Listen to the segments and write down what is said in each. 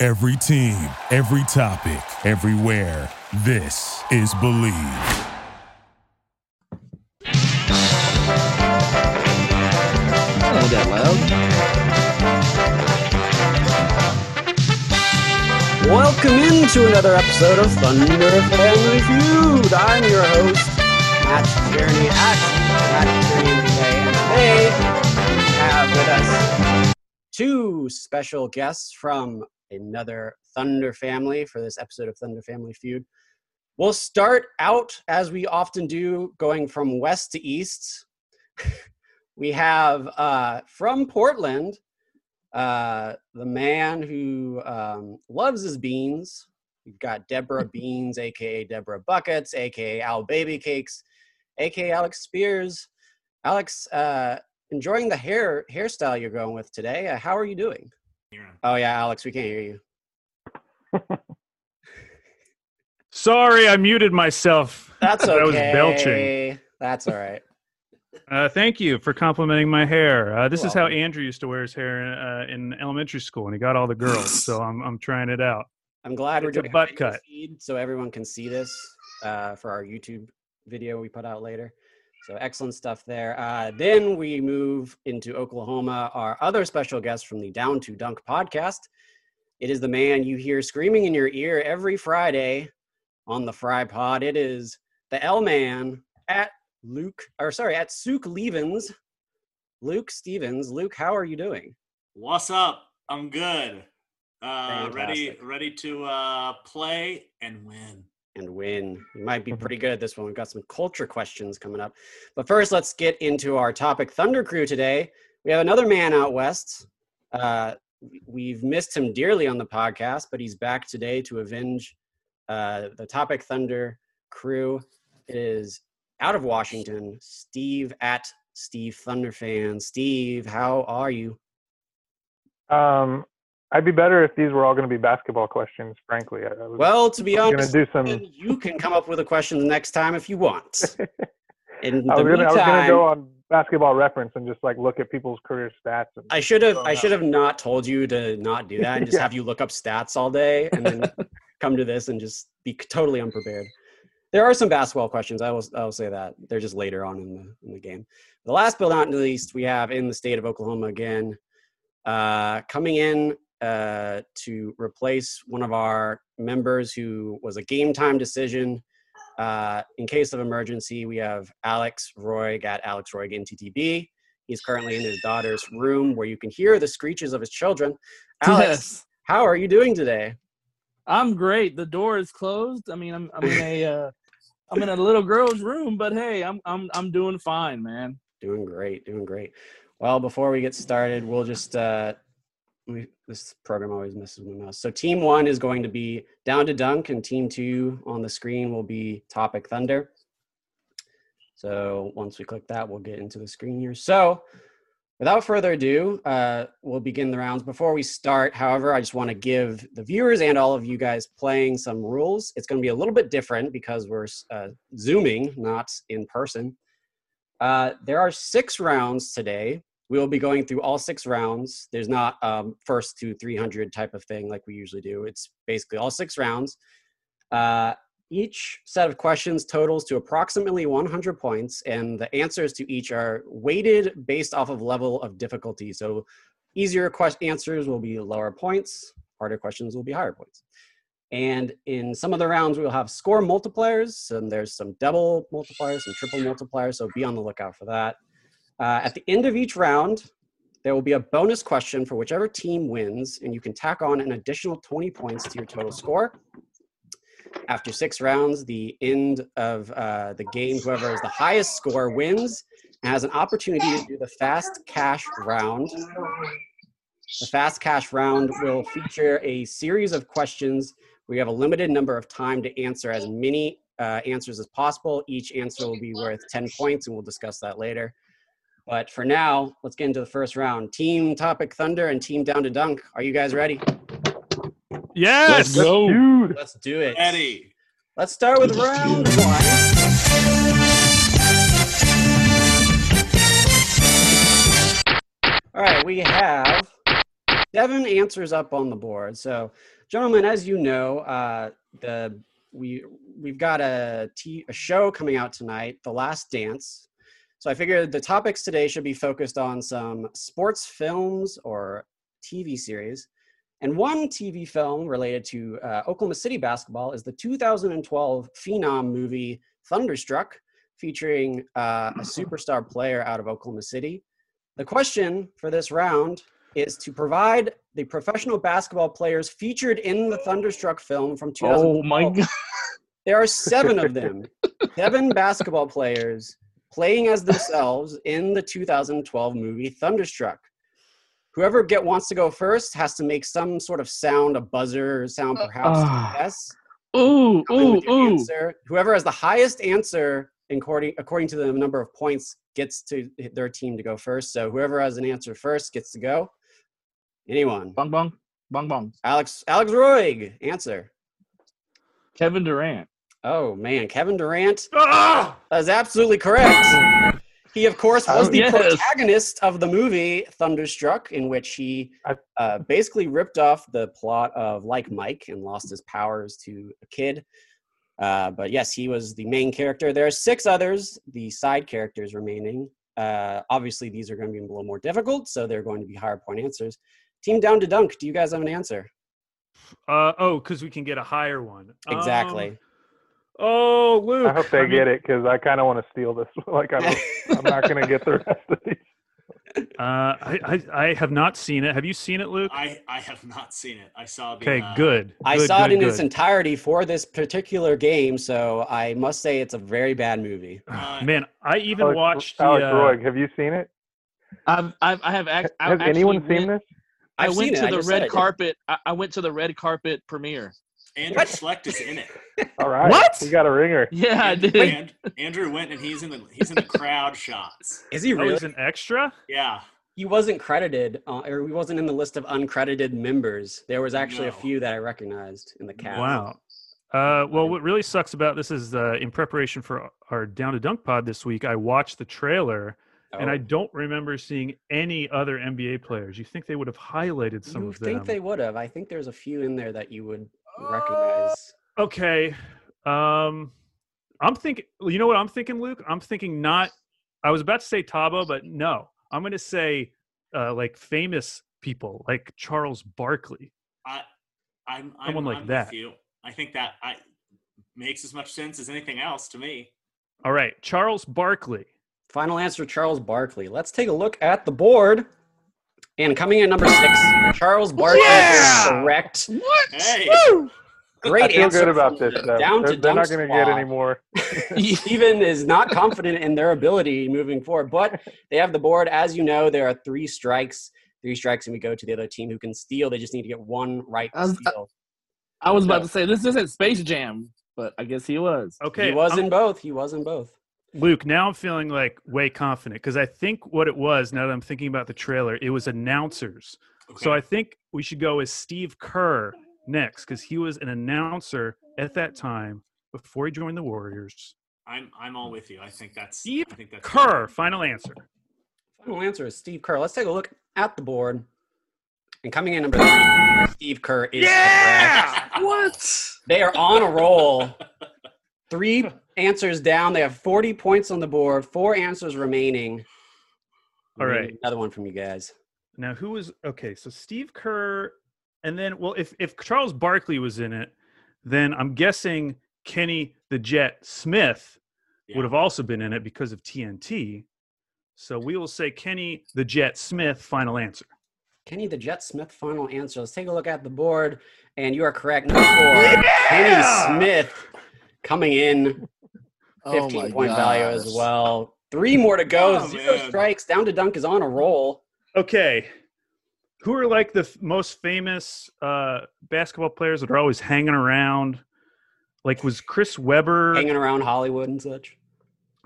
Every team, every topic, everywhere. This is Believe. Ain't that loud? Welcome into another episode of Thunder Family Feud. I'm your host, Matt Tierney at Matt Tierney today, and today we have with us two special guests from another Thunder family for this episode of Thunder Family Feud. We'll start out as we often do, going from west to east. we have uh, from Portland, uh, the man who um, loves his beans. We've got Deborah Beans, aka Deborah Buckets, aka Al Baby Cakes, aka Alex Spears. Alex, uh, enjoying the hair hairstyle you're going with today. Uh, how are you doing? Oh yeah, Alex, we can't hear you. Sorry, I muted myself. That's okay. That was belching. That's all right. Uh, thank you for complimenting my hair. Uh, this is how Welcome. Andrew used to wear his hair uh, in elementary school, and he got all the girls. so I'm I'm trying it out. I'm glad we're It's a doing a butt video cut. feed so everyone can see this uh, for our YouTube video we put out later. So excellent stuff there. Uh, then we move into Oklahoma. Our other special guest from the Down to Dunk podcast. It is the man you hear screaming in your ear every Friday on the Fry Pod. It is the L Man at Luke, or sorry, at Souk Levens, Luke Stevens. Luke, how are you doing? What's up? I'm good. Uh, ready, Fantastic. ready to uh, play and win. and win. We might Mm-hmm. be pretty good at this one. We've got some culture questions coming up. But first, let's get into our topic Thunder Crew today. We have another man out west. Uh, we've missed him dearly on the podcast, but he's back today to avenge uh, the topic Thunder Crew. It is out of Washington, Steve at Steve Thunder Fan. Steve, how are you? Um, I'd be better if these were all going to be basketball questions. Frankly, I, I was Well, to be going to honest, do some. then you can come up with a question the next time if you want. In the I was going to I was going to meantime, go on basketball reference and just like look at people's career stats. And, I should have Oh, I no. should have not told you to not do that and just Yeah. have you look up stats all day and then come to this and just be c- totally unprepared. There are some basketball questions. I will I will say that they're just later on in the in the game. The last but not least, we have in the state of Oklahoma again, uh, coming in uh, to replace one of our members who was a game time decision. Uh, in case of emergency, we have Alex Roy at Alex Roy NTTB. He's currently in his daughter's room where you can hear the screeches of his children. Alex, Yes. how are you doing today? I'm great. The door is closed. I mean, I'm I'm in a uh, I'm in a little girl's room, but hey, I'm I'm I'm doing fine, man. Doing great, doing great. Well, before we get started, we'll just uh, we, this program always misses my mouse. So team one is going to be down to dunk, and team two on the screen will be topic thunder. So once we click that, we'll get into the screen here. So without further ado, uh, we'll begin the rounds. Before we start, however, I just want to give the viewers and all of you guys playing some rules. It's going to be a little bit different because we're uh, zooming, not in person. Uh, there are six rounds today. We will be going through all six rounds. There's not um, first to 300 type of thing like we usually do. It's basically all six rounds. Uh, each set of questions totals to approximately 100 points, and the answers to each are weighted based off of level of difficulty. So, easier quest- answers will be lower points, harder questions will be higher points. And in some of the rounds, we'll have score multipliers, and there's some double multipliers, some triple multipliers, so be on the lookout for that. Uh, at the end of each round, there will be a bonus question for whichever team wins, and you can tack on an additional 20 points to your total score. After six rounds, the end of uh, the game, whoever has the highest score wins and has an opportunity to do the fast cash round. The fast cash round will feature a series of questions. We have a limited number of time to answer as many uh, answers as possible. Each answer will be worth 10 points, and we'll discuss that later. But for now, let's get into the first round. Team Topic Thunder and Team Down to Dunk. Are you guys ready? Yes. Dude, Let's do it. Eddie. Let's start with round one. All right, we have seven answers up on the board. So, gentlemen, as you know, uh, the we we've got a t- a show coming out tonight, The Last Dance. So I figured the topics today should be focused on some sports films or TV series. And one TV film related to uh, Oklahoma City basketball is the 2012 Phenom movie Thunderstruck, featuring uh, a superstar player out of Oklahoma City. The question for this round is to provide the professional basketball players featured in the Thunderstruck film from 2012. Oh my god. There are seven of them. seven basketball players playing as themselves in the 2012 movie Thunderstruck. Whoever get wants to go first has to make some sort of sound, a buzzer or sound, perhaps Ah. yes. Ooh, Come in ooh, with your ooh. answer. Whoever has the highest answer according according to the number of points gets to their team to go first. So whoever has an answer first gets to go. Anyone? Bong bong. Bong bong. Alex Alex Roig, answer. Kevin Durant. Oh man, Kevin Durant Ah! That is absolutely correct. He, of course, was Oh, the yes. protagonist of the movie Thunderstruck, in which he I- uh, basically ripped off the plot of Like Mike and lost his powers to a kid. Uh, but yes, he was the main character. There are six others, the side characters remaining. Uh, obviously, these are going to be a little more difficult, so they're going to be higher point answers. Team down to dunk. Do you guys have an answer? Uh, oh, because we can get a higher one. Um, Exactly. oh, Luke. I hope they I mean, get it because I kind of want to steal this. like I'm, I'm not gonna get the rest of these. Uh, I, I I have not seen it. Have you seen it, Luke? I I have not seen it. I saw the. okay, uh, good. I Good, saw it good, in its good. entirety for this particular game, so I must say it's a very bad movie. Uh, Man, I even Alex, watched the. Alex uh, Roig. Have you seen it? I've, I've I have ac- I Has actually anyone went- seen this? I I've went seen it, to I the just said I red did. carpet. I, I went to the red carpet premiere. Andrew What? Schlecht is in it. All right, What? You got a ringer. Yeah, Ah, I Andrew, did. And, Andrew went and he's in the he's in the crowd shots. Is he that really? was an extra. Yeah. he wasn't credited, uh, or he wasn't in the list of uncredited members. There was actually a No. few that I recognized in the cast. Wow. Uh, well, what really sucks about this is uh, in preparation for our Down to Dunk pod this week, I watched the trailer and Oh. I don't remember seeing any other NBA players. You think they would have highlighted some you of them? think they would have? I think there's a few in there that you would Uh. recognize. okay. Um, I'm thinking. You know what I'm thinking, Luke? I'm thinking not. I was about to say Tabo, but no. I'm going to say uh, like famous people, like Charles Barkley. I, I'm, I'm Someone like I'm that. With you. I think that I makes as much sense as anything else to me. All right, Charles Barkley. Final answer: Charles Barkley. Let's take a look at the board. And coming in number six, Charles Barkley is Yeah! correct. What? Hey, Great I feel answer. good about from this. the Though. Down they're to they're dunk not gonna get squad. any more. Steven is not confident in their ability moving forward, but they have the board. As you know, there are three strikes, three strikes, and we go to the other team who can steal. They just need to get one right I was- steal. I was about to say this isn't Space Jam, but I guess he was. Okay, um he was I'm- in both. He was in both. Luke, now I'm feeling like way confident because I think what it was, now that I'm thinking about the trailer, it was announcers. So I Okay. think we should go with Steve Kerr next because he was an announcer at that time before he joined the Warriors. I'm I'm all with you. I think that's Steve I think that's Kerr, final answer. Final answer is Steve Kerr. Let's take a look at the board. And coming in number three, Steve Kerr is correct. what? They are on a roll. Three answers down. They have 40 points on the board. Four answers remaining. All We need right. Another one from you guys. Now, who was okay? So Steve Kerr, and then well, if if Charles Barkley was in it, then I'm guessing Kenny the Jet Smith Yeah. would have also been in it because of TNT. So we will say Kenny the Jet Smith, final answer. Kenny the Jet Smith final answer. Let's take a look at the board, and you are correct. Number four, Kenny Smith coming in, Oh fifteen my point value as gosh. well. Three more to go. Oh, Zero man. strikes. Down to dunk is on a roll. Okay. Who are like the f- most famous uh, basketball players that are always hanging around? Like was Chris Webber hanging around Hollywood and such.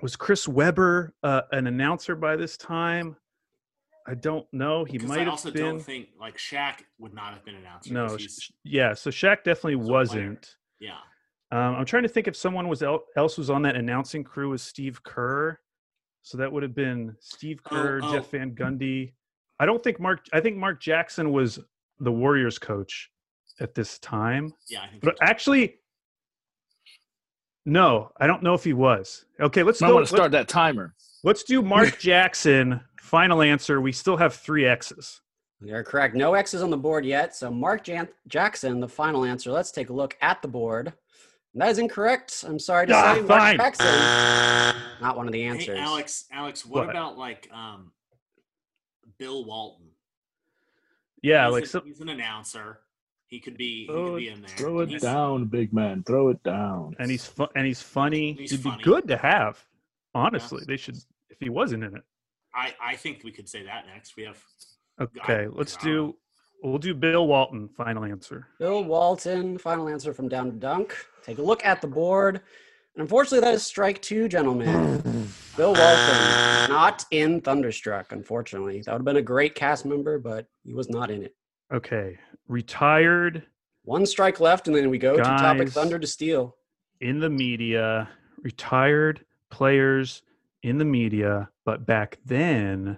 was Chris Webber uh, an announcer by this time? I don't know. He Because might I have also been. don't think like Shaq would not have been an announcer. no, 'cause sh- he's- sh- yeah. So Shaq definitely player. wasn't. yeah. Um, I'm trying to think if someone was el- else was on that announcing crew was Steve Kerr. So that would have been Steve Oh, Kerr, oh. Jeff Van Gundy. I don't think Mark. I think Mark Jackson was the Warriors coach at this time. Yeah, I think. But actually, no, I don't know if he was. Okay, let's I go. want to let's- start that timer. Let's do Mark Jackson. Final answer. We still have three X's. You're correct. No X's on the board yet. So Mark Jan- Jackson, the final answer. Let's take a look at the board. That is incorrect. I'm sorry to Ah, say, fine. Mark Jackson. Not one of the answers. Hey, Alex, Alex, what, What? about like um, Bill Walton? Yeah, He's like an- some, he's an announcer. He could be. He Throw could it- be in there. Throw And it he's- down, big man. Throw it down. and he's fu- and he's funny. He's It'd funny. be good to have. Honestly, they should. If he wasn't in it, I I think we could say that next. We have. okay. let's do. We'll do Bill Walton. Final answer. Bill Walton, final answer from down to dunk. Take a look at the board. And unfortunately, that is strike two, gentlemen. Bill Walton, not in Thunderstruck, unfortunately. That would have been a great cast member, but he was not in it. Okay, retired One strike left, and then we go to topic Guys. Thunder to Steal. in the media. Retired players in the media, but back then,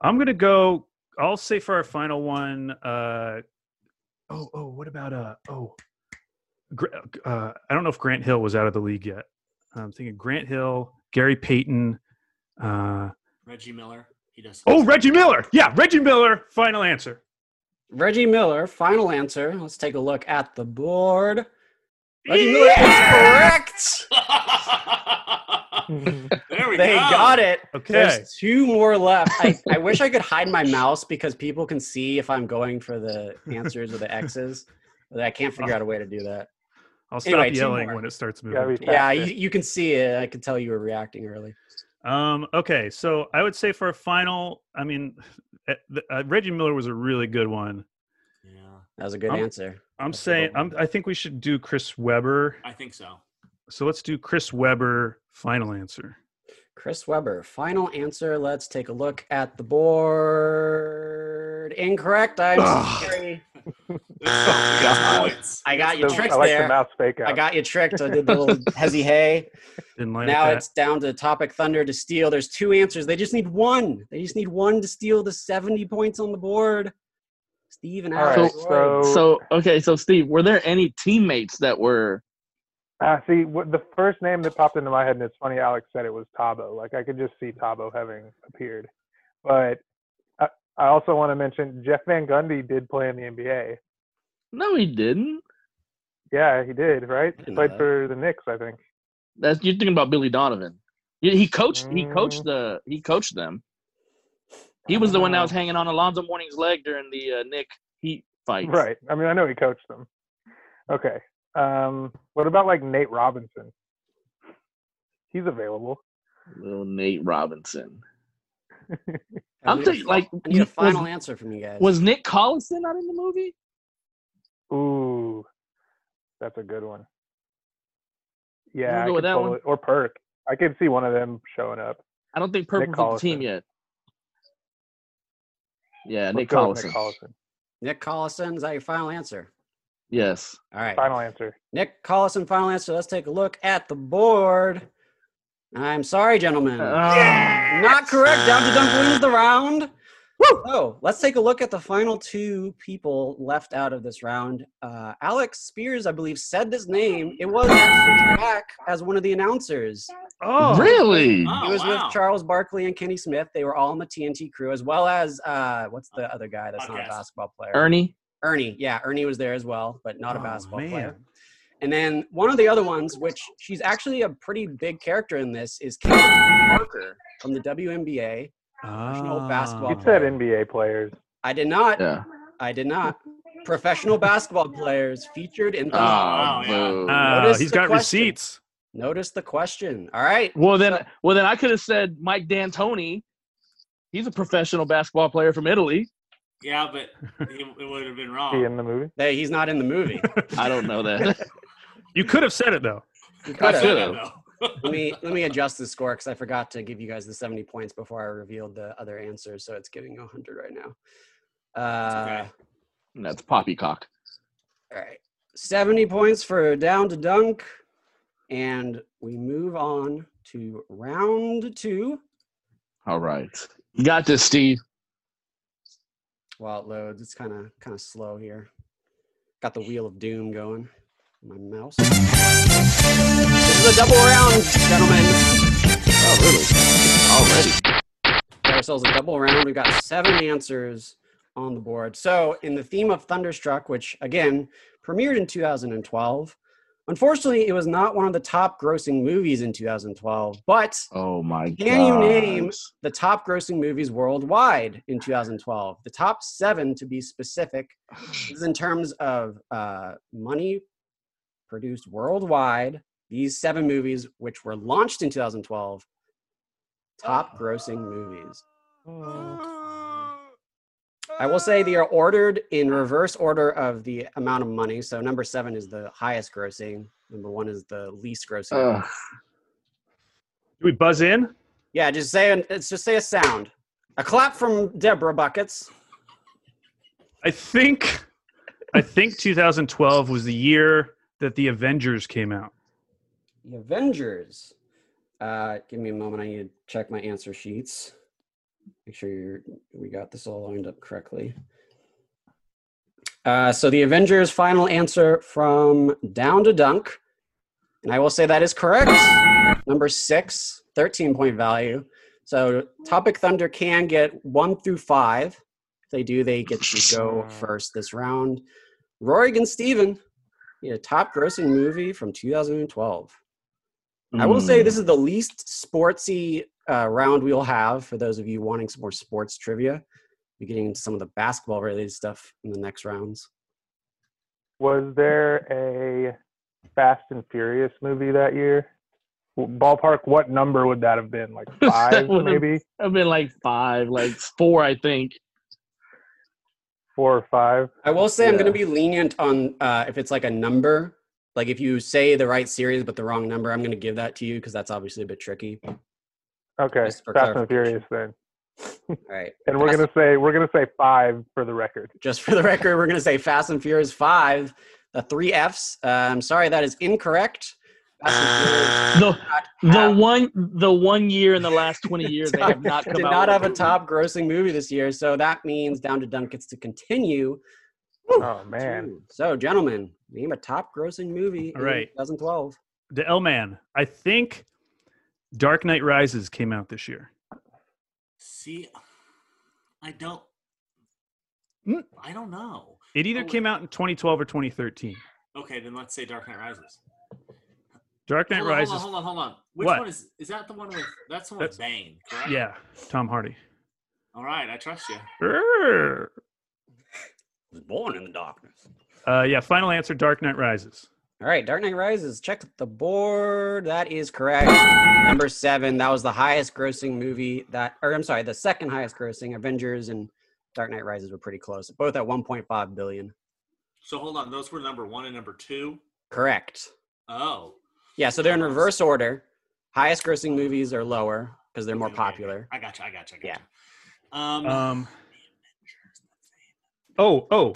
I'm gonna go. I'll say for our final one. Uh, oh, oh, what about uh, oh, Gr- uh, I don't know if Grant Hill was out of the league yet. I'm thinking Grant Hill, Gary Payton. Uh, Reggie Miller. He does. oh, Reggie Miller. Yeah, Reggie Miller. Final answer. Reggie Miller, final answer. Let's take a look at the board. Reggie Miller is correct. there we They go. got it. Okay. There's two more left. I, I wish I could hide my mouse because people can see if I'm going for the answers or the X's, but I can't figure out a way to do that. I'll stop Anyway, two yelling more. when it starts moving. Gotta be Yeah, faster. you, you can see it. I could tell you were reacting early. Um, okay, so I would say for a final, I mean, uh, th- uh, Reggie Miller was a really good one. Yeah, That was a good Oh. I'm- answer. I'm That's a good saying, I'm, one. I think we should do Chris Webber. I think so. So let's do Chris Webber. Final answer. Chris Webber, final answer. Let's take a look at the board. Incorrect. I'm sorry. Oh, God. Points. I got you So, tricked I like the there. mouse fake out. I got you tricked. I did the little hezzy hey. Didn't line Now up it's down to topic thunder to steal. There's two answers. They just need one. They just need one to steal the 70 points on the board. Steve and All right, Alex. so- So okay, so Steve, were there any teammates that were Uh, see, wh- the first name that popped into my head, and it's funny, Alex said it was Tabo. Like I could just see Tabo having appeared. But I, I also want to mention Jeff Van Gundy did play in the NBA. No, he didn't. Yeah, he did, right? I He didn't know played that. for the Knicks, I think. That's you're thinking about Billy Donovan. He he coached. He Mm. coached the. He coached them. He was the one that was hanging on Alonzo Mourning's leg during the uh, Nick Heat fight. Right. I mean, I know he coached them. Okay. Um, what about like Nate Robinson? He's available. Little Nate Robinson. I I'm need a- thinking like I need a was- final answer from you guys. Was Nick Collison not in the movie? Ooh, that's a good one. wanna Yeah, I go with could that pull one? it- or Perk. I could see one of them showing up. I don't think Purple Nick was on the team Collison. yet. Yeah, Let's Nick go with Collison. Nick Collison, is that your final answer? Yes. All right. Final answer. Nick Collison, final answer. Let's take a look at the board. I'm sorry, gentlemen. Uh, Not correct. Down to Dunk wins the round. Woo! Oh, let's take a look at the final two people left out of this round. Uh, Alex Spears, I believe, said this name. It was actually back as one of the announcers. Oh, really? Oh, he was wow. with Charles Barkley and Kenny Smith. They were all on the TNT crew, as well as uh, what's the other guy that's not a Podcast. basketball player? Ernie. Ernie. Yeah, Ernie was there as well, but not a Er- Oh, basketball man. player. And then one of the other ones, which she's actually a pretty big character in this, is Kate Parker from the WNBA. Ah. basketball You Oh. said NBA players. I did not. Yeah. I did not. Professional basketball players featured in. Oh, the yeah. boo. Ah, Notice he's the got question. receipts. Notice the question. All right. Well then, well then, I could have said Mike D'Antoni. He's a professional basketball player from Italy. Yeah, but he, it would have been wrong. He in the movie. Hey, he's not in the movie. I don't know that. You could have said it though. You I could've. should don't have. know. let me let me adjust the score because I forgot to give you guys the 70 points before I revealed the other answers. So it's giving 100 right now. Uh, okay. That's poppycock. All right. 70 points for down to dunk. And we move on to round two. All right. You got this, Steve. While it loads, it's kind of kind of slow here. Got the wheel of doom going. My mouse. This is a double round, gentlemen. Oh, really? Already. Got ourselves a double round. We've got seven answers on the board. So, in the theme of Thunderstruck, which again premiered in 2012, unfortunately, it was not one of the top grossing movies in 2012, but Oh my god. Can you name- the top grossing movies worldwide in 2012. The top seven, to be specific, this is in terms of uh, money produced worldwide. These seven movies, which were launched in 2012, top grossing movies. I will say they are ordered in reverse order of the amount of money. So number seven is the highest grossing. Number one is the least grossing. Ugh. Do we buzz in? Yeah, just say an, it's just say a sound. A clap from Deborah Buckets. I think I think 2012 was the year that the Avengers came out. The Avengers. Uh, give me a moment. I need to check my answer sheets. Make sure you're, we got this all lined up correctly. Uh, so the Avengers final answer from down to dunk. And I will say that is correct. Number six, 13 point value. So Topic Thunder can get one through five. If they do, they get to go first this round. Rory and Steven, your top grossing movie from 2012. I will Hmm. say this is the least sportsy uh, round we'll have for those of you wanting some more sports trivia. We're getting into some of the basketball related stuff in the next rounds. Was there a Fast and Furious movie that year? W- Ballpark, what number would that have been? Like five, Would've- maybe I've been like five, like four, I think. four or five. I will say I'm going Yeah. to be lenient on uh, if it's like a number. Like if you say the right series but the wrong number, I'm going to give that to you because that's obviously a bit tricky. All Okay, Just for Fast and clarification. Furious then. right. And we're Fast- gonna say we're gonna say five for the record. Just for the record, we're going to say Fast and Furious 5, the three Fs. Uh, I'm sorry, that is incorrect. Fast and Furious Uh, The the have- one the one year in the last twenty years they have not come did out. not with have a movie. top grossing movie this year, so that means Down to Dunk gets to continue. Oh man, So, gentlemen, name a top grossing movie All right. in 2012. The L Man. I think Dark Knight Rises came out this year. See, I don't. Hmm. I don't know. It either Oh, came out in 2012 or 2013. Okay, then let's say Dark Knight Rises. Dark Knight Hold on, Rises. hold on, hold on, hold on. Which What? one is? Is that the one with? That's the one That's- with Bane, correct? Yeah, Tom Hardy. All right, I trust you. Err. was born in the darkness. Uh, yeah, final answer Dark Knight Rises. All right, Dark Knight Rises. Check the board. That is correct. Number seven. That was the highest grossing movie that, or I'm sorry, the second highest grossing. Avengers and Dark Knight Rises were pretty close, both at 1.5 billion. So hold on. Those were number one and number two. Correct. Oh, Yeah, so they're in reverse order. Highest grossing movies are lower because they're more Okay, okay, okay. popular. I got you. I got you. I got Yeah. You. Um, Um, oh, oh,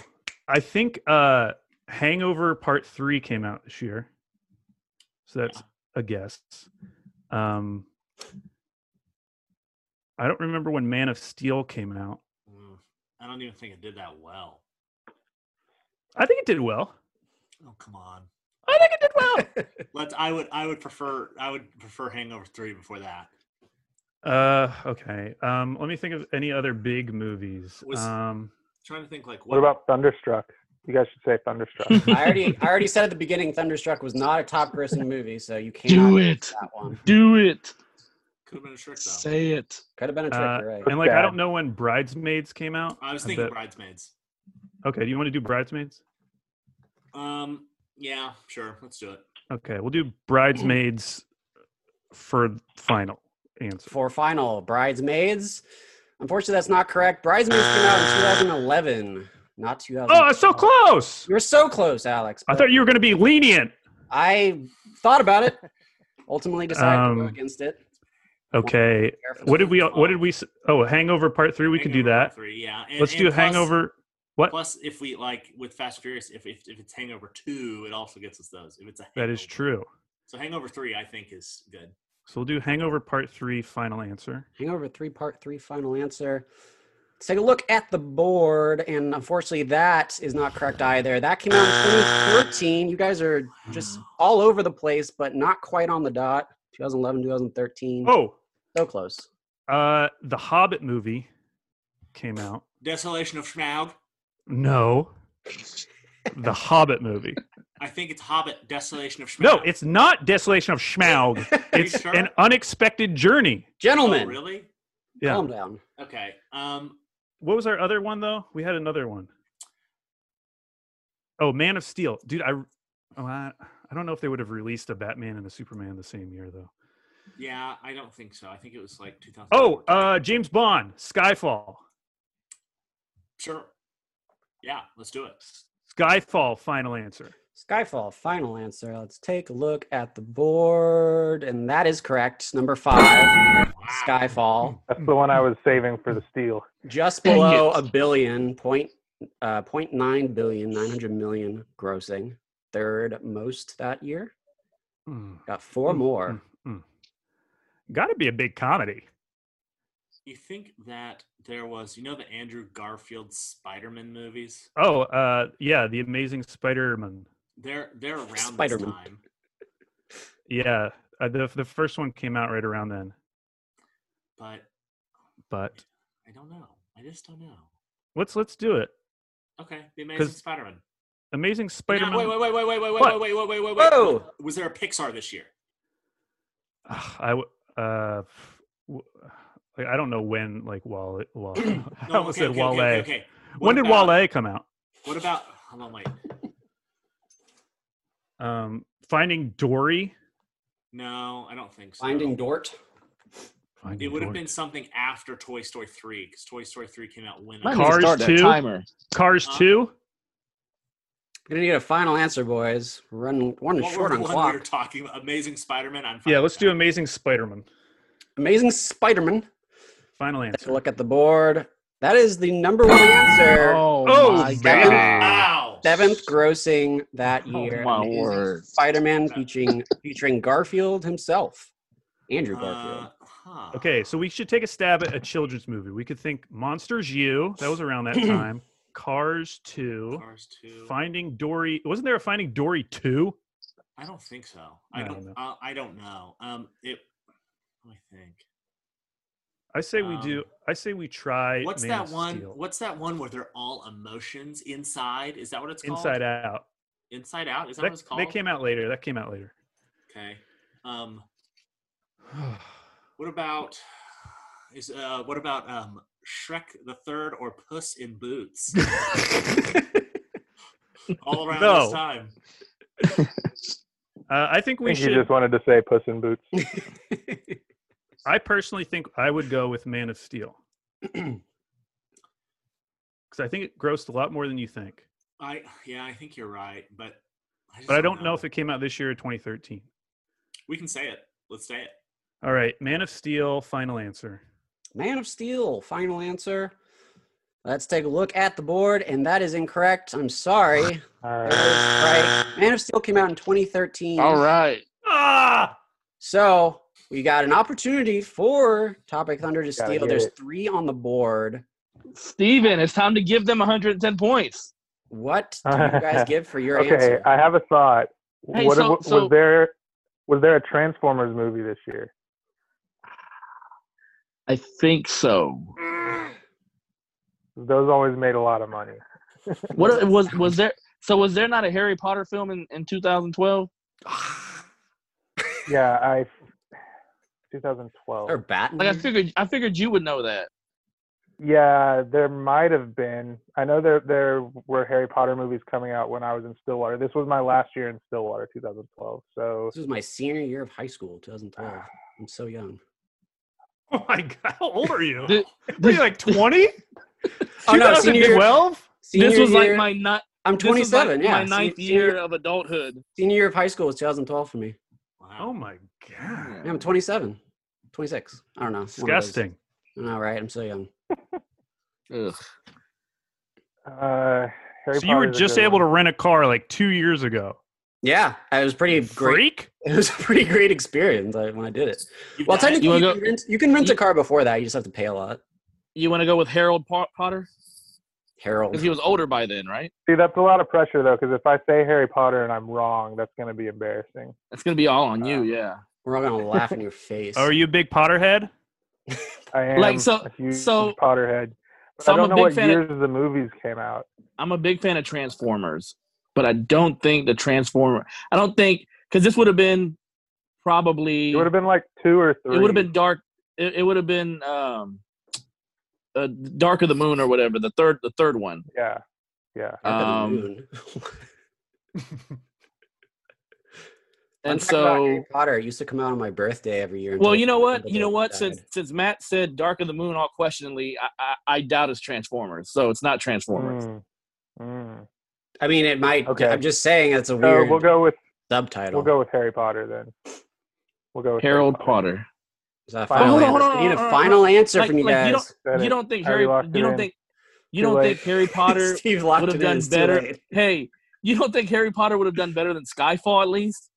I think uh, Hangover Part Three came out this year, so that's a guess. Um, I don't remember when Man of Steel came out. mm, I don't even think it did that well. I think it did well. Oh come on. I think it did well. Let's. I would. I would prefer. I would prefer Hangover Three before that. Uh, okay. Um, let me think of any other big movies. Was- Um, trying to think like what about Thunderstruck? You guys should say Thunderstruck. I already, I already said at the beginning, Thunderstruck was not a top grossing movie, so you can't Do it. that one. Do it. could have been a trick though. Say it. Could have been a trick, uh, you're right? and like I Bad. don't know when Bridesmaids came out. I was thinking bet- bridesmaids. Okay, do you want to do Bridesmaids? Um. Yeah. Sure. Let's do it. Okay, we'll do bridesmaids for final answer. For final, Bridesmaids. Unfortunately, that's not correct. Bridesmaids came out in 2011, not 2000. Oh, it's so close. You're so close, Alex. I but thought you were going to be lenient. I thought about it. Ultimately, decided to Um, go against it. Okay. What did we? What did we? s- Oh, Hangover Part Three. We can do Hangover Part that. Three, yeah. And- Let's and do plus- Hangover. What? Plus, if we like with Fast and Furious, if, if if it's Hangover Two, it also gets us those. If it's a That is hangover. true. So Hangover Three, I think, is good. So we'll do Hangover Part Three. Final answer. Hangover three part three final answer. Let's take a look at the board, and unfortunately, that is not correct either. That came out in 2013. You guys are just all over the place, but not quite on the dot. 2011, 2013. Oh, so close. uh, the Hobbit movie came out. Desolation of Smaug. No, the Hobbit movie. I think it's Hobbit. Desolation of Smaug. No, it's not Desolation of Schmaug. Are you It's sure? an unexpected journey. Oh, Gentlemen, really? Yeah. calm down. Okay. Um, What was our other one though? We had another one. Oh, Man of Steel, dude. I, oh, I, I don't know if they would have released a Batman and a Superman the same year though. yeah, I don't think so. I think it was like 2000. Oh, uh, James Bond, Skyfall. sure. Yeah, let's do it. Skyfall. Final answer. Skyfall, final answer. Let's take a look at the board, and that is correct. Number five, Skyfall, That's the one I was saving for the steal. just Dang below it. a billion, point, uh, point nine billion, 900 million grossing, third most that year. Mm, Got four Mm, Hmm. more. mm, mm. Gotta be a big comedy. You think that there was, you know, the Andrew Garfield Spider-Man movies? Oh, uh, yeah, The Amazing Spider-Man. They're they're around this Spider-Man. time. Yeah, uh, the the first one came out right around then, but but I don't know. I just don't know. let's let's do it. Okay, the Amazing 'Cause- Spider-Man. Amazing Wait, Spider-Man. wait, wait, wait, wait, wait, wait, What? wait, wait, wait, wait, wait, wait. Whoa! Was there a Pixar this year? Ugh, Ah, I w- uh, f- w- like, I don't know when like Wale. Wale I No, almost okay, said okay, Wale. okay, okay, okay. When What did about- Wale come out? What about? Hold on, wait. Um, Finding Dory. No, I don't think so. Finding Dort. Finding It would have Dory. been something after Toy Story three because Toy Story three came out when. Might I need to Cars start that 2? Timer. Cars Huh? Two. Gonna need a final answer, boys. We're running, we're running What were short the on one clock. we were talking about? Amazing Spider-Man. I'm fine Yeah, with let's that. do Amazing Spider-Man. Amazing Spider-Man. Final Take a answer. look at the board. That is the number one answer. Oh, Oh, my baby. god! Wow. Seventh grossing that Oh year. my Amazing word! Spider-Man featuring featuring Garfield himself, Andrew Garfield. Uh, huh. Okay, so we should take a stab at a children's movie. We could think Monsters U. That was around that time. Cars Two. Cars two. Finding Dory. Wasn't there a Finding Dory Two? I don't think so. I I don't. uh, don't know. I, I don't know. Um, it. Let me think. I say we do. Um, I say we try. What's Man that of one? Steel. What's that one where they're all emotions inside? Is that what it's called? Inside Out. Inside Out. Is that, what That, it's called? they came out later. That came out later. Okay. Um, what about is uh what about um Shrek the Third or Puss in Boots? all around No. this time. Uh, I think I we think should. you just wanted to say Puss in Boots. Uh. I personally think I would go with Man of Steel because I think it grossed a lot more than you think. I yeah, I think you're right, but I just But I don't know if it came out this year or 2013. we can say it. Let's say it. All right, Man of Steel. Final answer. Man of Steel. Final answer. Let's take a look at the board, and that is incorrect. I'm sorry. All That right. is right. Man of Steel came out in 2013. All right. Ah, So we got an opportunity for Topic Thunder to Gotta steal. get There's it. three on the board. Steven, it's time to give them 110 points. What do you guys give for your Okay, answer? I have a thought. Hey, what so- wa- so- was there? Was there a Transformers movie this year? I think so. Those always made a lot of money. What was was there? So was there not a Harry Potter film in, in 2012? Yeah, I. or 2012. Batman? Like I figured, I figured you would know that. Yeah, there might have been. I know there there were Harry Potter movies coming out when I was in Stillwater. This was my last year in Stillwater, 2012. So This was my senior year of high school, 2012. Ah. I'm so young. Oh my god, how old are you? Did- Were you like 20? Oh, no, senior year. 2012? Senior this was like year- my ni- I'm this was like 27. yeah, my ninth senior, year of adulthood. Senior year of high school was 2012 for me. Oh my god. Yeah, I'm 27, 26. I don't know. one of those. Disgusting. All right, I'm so young. Ugh. Uh, Harry So you were Potter's a just good able one. to rent a car like 2 years ago. Yeah, it was pretty great. Freak? It was a pretty great experience like, when I did it. You Well, died? technically, You you, wanna can go- rent, you can rent a you- car before that. You just have to pay a lot. You want to go with Harold Po- Potter Harold. because he was older by then, right? See, that's a lot of pressure though, because if I say Harry Potter and I'm wrong, that's going to be embarrassing. It's gonna be all on you. Uh, Yeah. We're all gonna laugh in your face. Are you a big Potterhead? I am Like, so- a huge so- Potterhead. But I so I'm don't a know what big fan of- years the movies came out. I'm a big fan of Transformers, but I don't think the Transformer. I don't think because this would have been probably It would have been like two or three. it would have been dark. It, it would have been um, uh, Dark of the Moon or whatever the third the third one. Yeah, yeah. Under the Um, moon. Fun And fact about so, Harry Potter it used to come out on my birthday every year. well, until- you know what? until You know it what? died. Since since Matt said Dark of the Moon all questioningly, I, I, I doubt it's Transformers. So it's not Transformers. Mm, mm. I mean, it might. Okay. I'm just saying it's a So weird we'll go with subtitle. we'll go with Harry Potter then. We'll go with Harry Harold Potter. Is that a Well, final hold on, answer? hold on, I need a hold on, final answer Like- from you like, you guys. Said You it. don't think Harry Harry? locked You it don't in. think you Too don't late. think Harry Potter Steve locked would have it in. done It's too better. late. Hey, you don't think Harry Potter would have done better than Skyfall at least?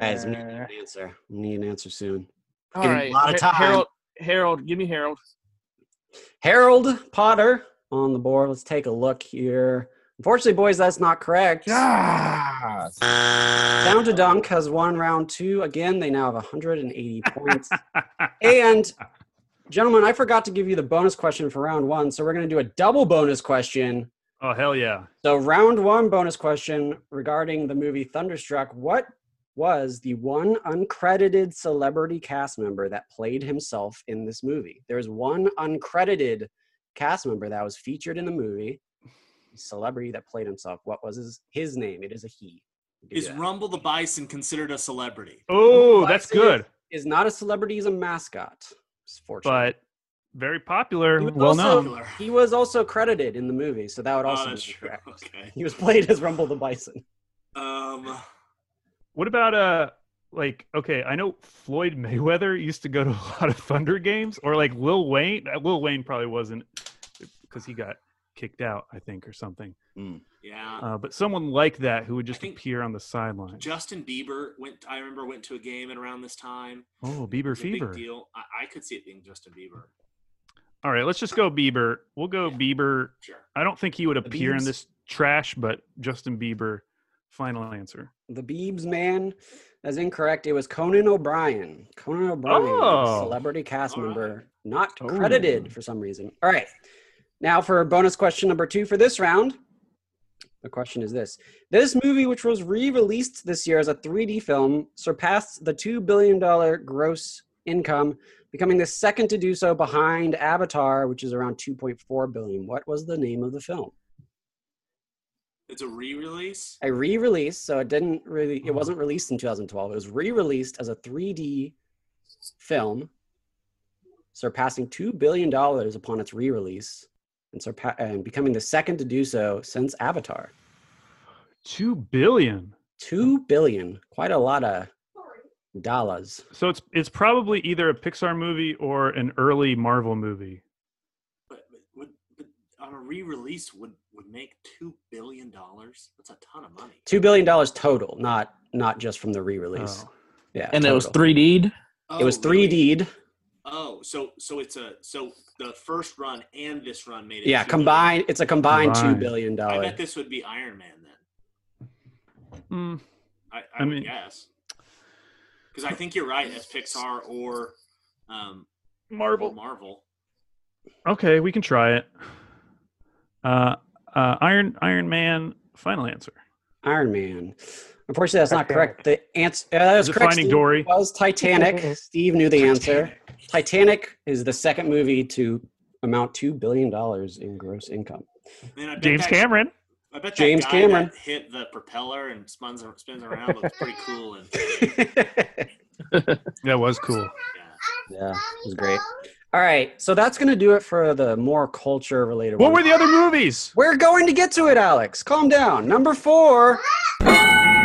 Guys, we need Uh, an answer. We need an answer soon. All Give him a right, lot of Ha- time. Harold, Harold, give me Harold. Harold Potter on the board. Let's take a look here. Unfortunately, boys, that's not correct. Ah, Down to Dunk has won round two. Again, they now have 180 points. And gentlemen, I forgot to give you the bonus question for round one. So we're going to do a double bonus question. oh hell yeah. So, round one bonus question regarding the movie Thunderstruck. What was the one uncredited celebrity cast member that played himself in this movie? There's one uncredited cast member that was featured in the movie, celebrity that played himself. What was his, his name? It is a he. You do Is that. Rumble the Bison considered a celebrity? Oh, that's Bison good. is not a celebrity, he's a mascot. It's fortunate. But very popular, He was well also- known. he was also credited in the movie, so that would Oh, also that's be true. correct. Okay. He was played as Rumble the Bison. Um, What about uh like okay, I know Floyd Mayweather used to go to a lot of Thunder games or like Lil Wayne. Uh, Lil Wayne probably wasn't because he got kicked out, I think, or something. yeah. Uh, but someone like that who would just think- appear on the Uh, sideline. Justin Bieber went. I remember went to a game and around this time. Oh, It Bieber was a fever. Big deal. I, I could see it being Justin Bieber. All right, let's just go Bieber. We'll go Yeah. Bieber. Sure. I don't think he would appear Biebs. in this trash, but Justin Bieber. Final answer. The Beebs man. That's incorrect. It was Conan O'Brien. Conan O'Brien, was a Oh. celebrity cast All right. member, not Oh. credited for some reason. All right. Now for bonus question number two for this round. The question is this This movie, which was re released this year as a 3D film, surpassed the $2 billion gross income, becoming the second to do so behind Avatar, which is around $2.4 billion. What was the name of the film? It's a re-release. a re-release so it didn't really Mm-hmm. it wasn't released in 2012 it was re-released as a 3d film surpassing $2 billion upon its re-release and, surpa- and becoming the second to do so since avatar Two billion. Mm-hmm. 2 billion quite a lot of dollars So it's it's probably either a Pixar movie or an early Marvel movie. But, but, would- but on a re-release would would make two billion dollars. That's a ton of money. $2 billion total not not just from the re-release Oh. yeah And it was total. 3D. Oh, it was really? 3d Oh, so so it's a so the first run and this run made it. yeah $2 billion. combined it's a combined, Combined. $2 billion I dollar bet this would be Iron Man then. Hmm. I, I, I would mean- guess. Because I think you're right. As Pixar or um, or Marvel. Marvel. Okay, we can try it. Uh, uh, Iron Iron Man. Final answer. Iron Man. Unfortunately, that's not correct. Titanic. The answer uh, that was Is it correct. Finding Steve. Dory? It was Titanic. Steve knew the answer. Titanic is the second movie to amount two billion dollars in gross income. Man, I bet James that- Cameron. I bet that James guy Cameron. that hit the propeller and spins spins around looks pretty cool. And That was cool. yeah. Yeah, it was great. All right, so that's gonna do it for the more culture related. What were the other movies? We're going to get to it, Alex. Calm down. Number four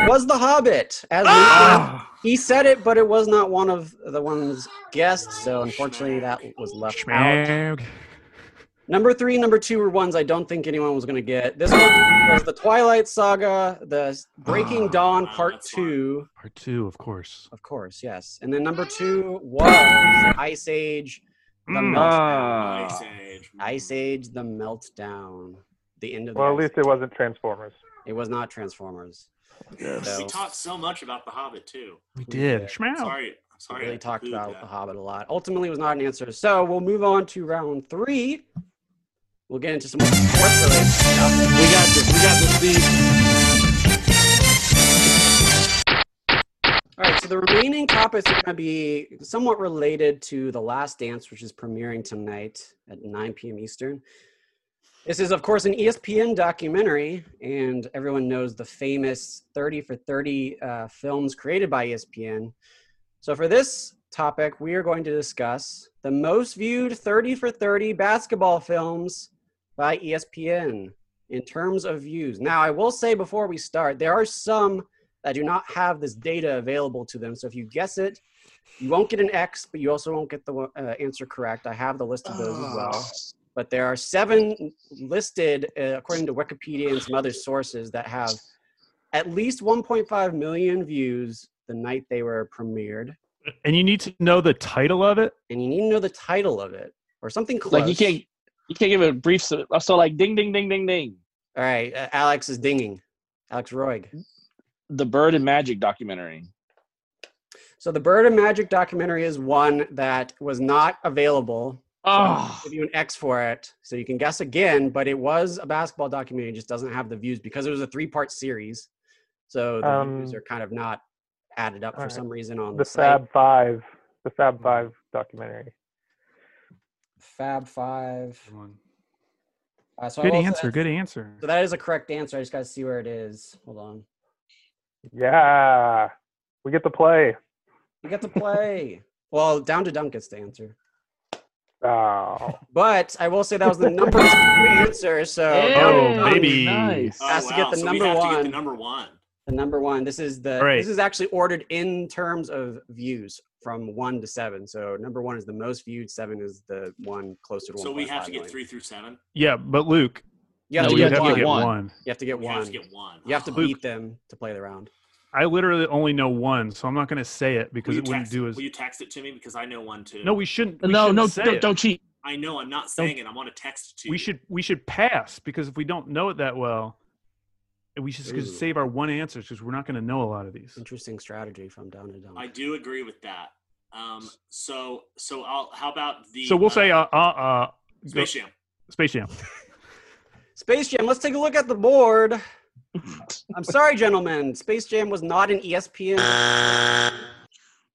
was The Hobbit. As Luke said, Ah! he said it, but it was not one of the ones guessed, so unfortunately that was left Uh, out. Number three, number two were ones I don't think anyone was going to get. This one was the Twilight Saga, the Breaking Ah, Dawn wow, Part that's fun. Two, Part two, of course. of course, yes. And then number two was Ice Age, the Mm. Hmm. Meltdown. Ah. Ice Age. Ice Age, the Meltdown, the end of the. Well, at Ice least Age. it wasn't Transformers. it was not Transformers. We So- talked so much about The Hobbit too. We Yeah. did. Shmow. Sorry, I'm We sorry. I really talked pooed about that. The Hobbit a lot. Ultimately, it was not an answer. So we'll move on to round three. We'll get into some more sports related stuff. We got this. We got this. Steve. All right, so the remaining topics are going to be somewhat related to The Last Dance, which is premiering tonight at 9 p.m. Eastern. This is, of course, an E ESPN documentary, and everyone knows the famous 30 for 30 uh, films created by E ESPN. So, for this topic, we are going to discuss the most viewed 30 for 30 basketball films by E ESPN in terms of views. Now, I will say before we start, there are some that do not have this data available to them. So if you guess it, you won't get an X, but you also won't get the uh, answer correct. I have the list of those as well. But there are seven listed, uh, according to Wikipedia and some other sources, that have at least 1.5 million views the night they were premiered. And you need to know the title of it. And you need to know the title of it or something close. Like you can't. You can't give it a brief. So so, like ding, ding, ding, ding, ding. All right, uh, Alex is dinging. Alex Roig. The Bird and Magic documentary. So the Bird and Magic documentary is one that was not available Oh, give you an X for it, so you can guess again. But it was a basketball documentary; it just doesn't have the views because it was a three-part series, so the views Um, are kind of not added up for alright. some reason on The the site. Fab Five, the Fab Mm. Five documentary. Fab Five. Uh, so I Good will say answer. that's- Good answer. So that is a correct answer. I just got to see where it is. Hold on. Yeah, we get to play. You get to play. well, down to dunk is the answer. Oh, But I will say that was the number two answer. So um, Oh, baby. Nice. Oh, Has to get the so number we have To get one. the number one. the number one. This is the Alright. this is actually ordered in terms of views from one to seven. So number one is the most viewed. Seven is the one closer to one. So we have to get three through seven. Yeah, but Luke, You have, No, to, we get have one. to get one. You have to get We one. have to get one. You have to Oh. beat them to play the round. I literally only know one, so I'm not going to say it Will because you it wouldn't text- do as. Will you text it to me because I know one too? No, we shouldn't. we no, shouldn't no, say don't, it. don't cheat. I know I'm not saying it. I'm on a text to We you. should we should pass because if we don't know it that well, we should just Ooh. save our one answer because we're not going to know a lot of these. Interesting strategy from down to down. I do agree with that. Um. So so I'll. How about the? So we'll uh, say uh uh, uh go- Space Jam. Space Jam. Space Jam. Let's take a look at the board. I'm sorry, gentlemen. Space Jam was not an E ESPN.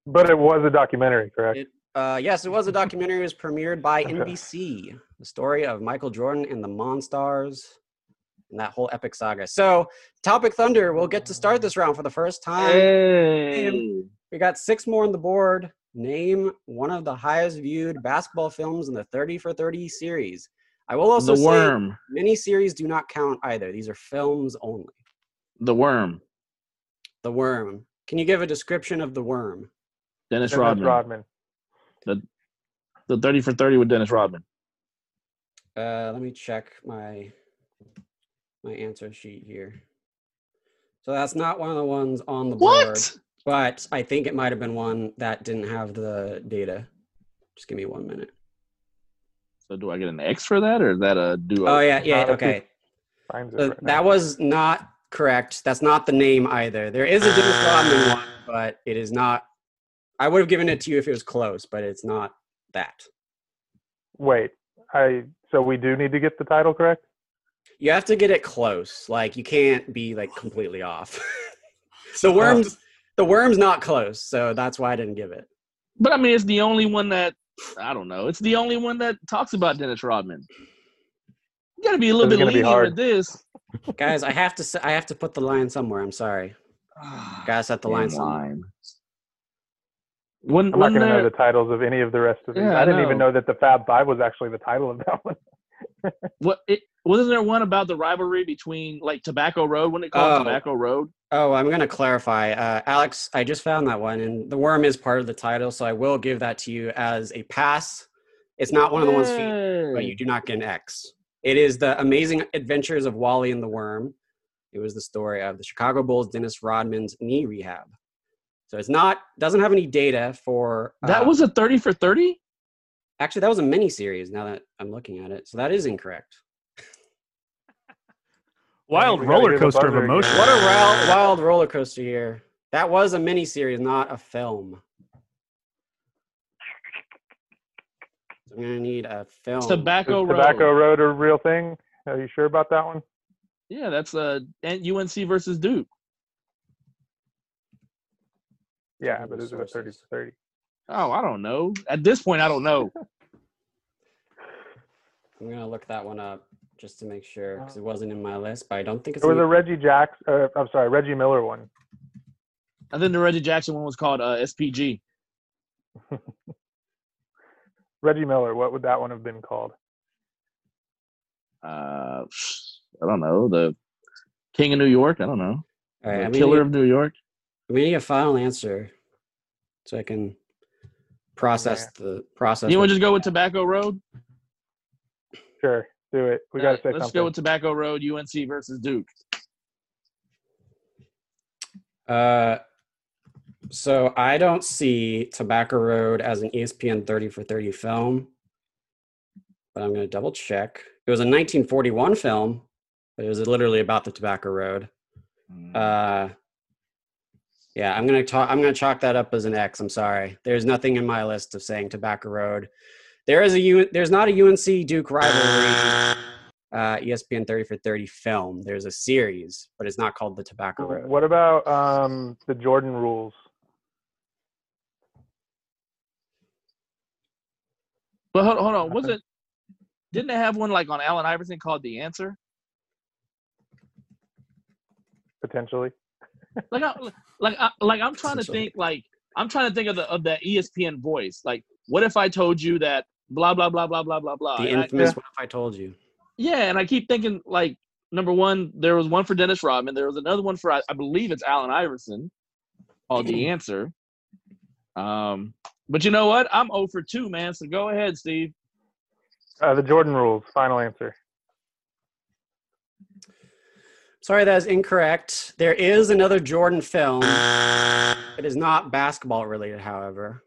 but it was a documentary, correct? It- Uh, yes, it was a documentary. It was premiered by NBC. The story of Michael Jordan and the Monstars and that whole epic saga. So, Topic Thunder, we'll get to start this round for the first time. Hey. We got six more on the board. Name one of the highest viewed basketball films in the 30 for 30 series. I will also The say worm. many series do not count either. These are films only. The worm. The Worm. Can you give a description of The Worm? Dennis, Dennis Rodman. Rodman. The thirty for thirty with Dennis Rodman. Uh, let me check my my answer sheet here. So that's not one of the ones on the board, but I think it might have been one that didn't have the data. Just give me one minute. So do I get an X for that, or is that a do? Oh yeah, yeah, Uh, okay. Finds it So right now. that was not correct. That's not the name either. There is a Dennis Ah. Rodman one, but it is not. I would have given it to you if it was close, but it's not that. Wait, I. So we do need to get the title correct. You have to get it close. Like you can't be like completely off. the worms, the worms, not close. So that's why I didn't give it. But I mean, it's the only one that I don't know. It's the only one that talks about Dennis Rodman. You got to be a little This is bit gonna be lenient hard. with this. Guys, I have to. s- I have to put the line somewhere. I'm sorry. Gotta set the Damn line somewhere. line. Wouldn't, I'm not wouldn't going to know there, the titles of any of the rest of these. Yeah, I I didn't even know. know that the Fab Five was actually the title of that one. what it wasn't there one about the rivalry between like Tobacco Road? Wasn't it called Oh. Tobacco Road? Oh, I'm going to clarify. Uh, Alex, I just found that one, and the worm is part of the title, so I will give that to you as a pass. It's not one of the ones featured, but you do not get an X. It is the amazing adventures of Wally and the worm. It was the story of the Chicago Bulls, Dennis Rodman's knee rehab. So it's not, doesn't have any data for. that uh, was a thirty for thirty. actually, that was a mini series now that I'm looking at it. So that is incorrect. Wild We gotta roller hear the coaster of buzzer again. emotion. What a wild, wild roller coaster year. That was a miniseries, not a film. So I'm gonna need a film. Tobacco Is Road. Tobacco Road a real thing? Are you sure about that one? Yeah, that's uh, and UNC versus Duke. Yeah, Google but is it a thirty sources. for thirty? Oh, I don't know. At this point, I don't know. I'm gonna look that one up just to make sure because it wasn't in my list, but I don't think it's. There was in- a Reggie Jacks. Uh, I'm sorry, Reggie Miller one. I think the Reggie Jackson one was called uh, SPG. Reggie Miller. What would that one have been called? Uh, I don't know the King of New York. I don't know All right, the I'm gonna Killer need- of New York. We need a final answer, so I can process the process. You want what- to just go with Tobacco Road? Sure, do it. We All got right, to say let's something. go with Tobacco Road. UNC versus Duke. Uh, so I don't see Tobacco Road as an E ESPN 30 for 30 film, but I'm going to double check. It was a 1941 film, but it was literally about the Tobacco Road. Mm. Uh, yeah, I'm going to talk. I'm going to chalk that up as an X. I'm sorry. There's nothing in my list of saying Tobacco Road. There is a U- there's not a UNC Duke rivalry. Uh, ESPN 30 for 30 film. There's a series, but it's not called the Tobacco Oh, Road. What about um, the Jordan rules? But hold, hold on, was Okay. it? Didn't they have one like on Allen Iverson called the answer? Potentially, Like, I, like, I, like I'm trying to Essentially. think. Like, I'm trying to think of the E of that ESPN voice. Like, what if I told you that blah blah blah blah blah blah blah? The and I- infamous What If I Told You. yeah, and I keep thinking like number one, there was one for Dennis Rodman. There was another one for I, I believe it's Allen Iverson called the Mm-hmm. answer. Um, but you know what? I'm 0 for two, man. So go ahead, Steve. uh, the Jordan rules. Final answer. Sorry, that is incorrect. There is another Jordan film. It is not basketball related, however.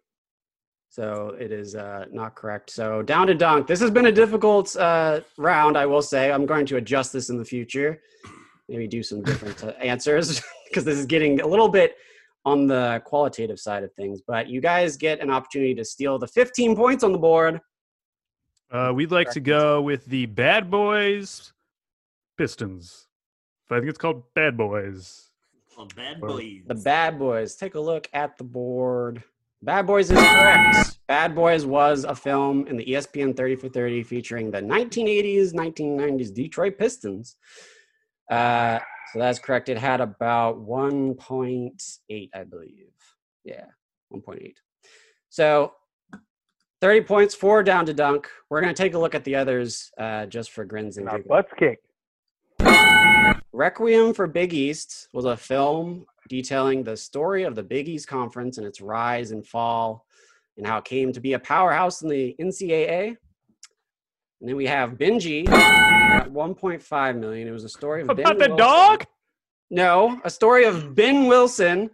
So it is uh, not correct. So down to dunk. This has been a difficult uh, round, I will say. I'm going to adjust this in the future. Maybe do some different uh, answers because this is getting a little bit on the qualitative side of things. But you guys get an opportunity to steal the 15 points on the board. Uh, we'd like to go with the Bad Boys Pistons. I think it's called Bad Boys. Well, bad Well, boys. The Bad Boys. Take a look at the board. Bad Boys is correct. Bad Boys was a film in the E ESPN 30 for 30 featuring the 1980s, 1990s Detroit Pistons. Uh, so that's correct. It had about 1.8, I believe. Yeah, 1.8. So 30 points, four down to dunk. We're going to take a look at the others uh, just for grins and And our giggles. butts kicked. Requiem for Big East was a film detailing the story of the Big East Conference and its rise and fall and how it came to be a powerhouse in the NCAA. And then we have Benji at 1.5 million. It was a story of Ben About the Wilson. dog? No, a story of Ben Wilson, a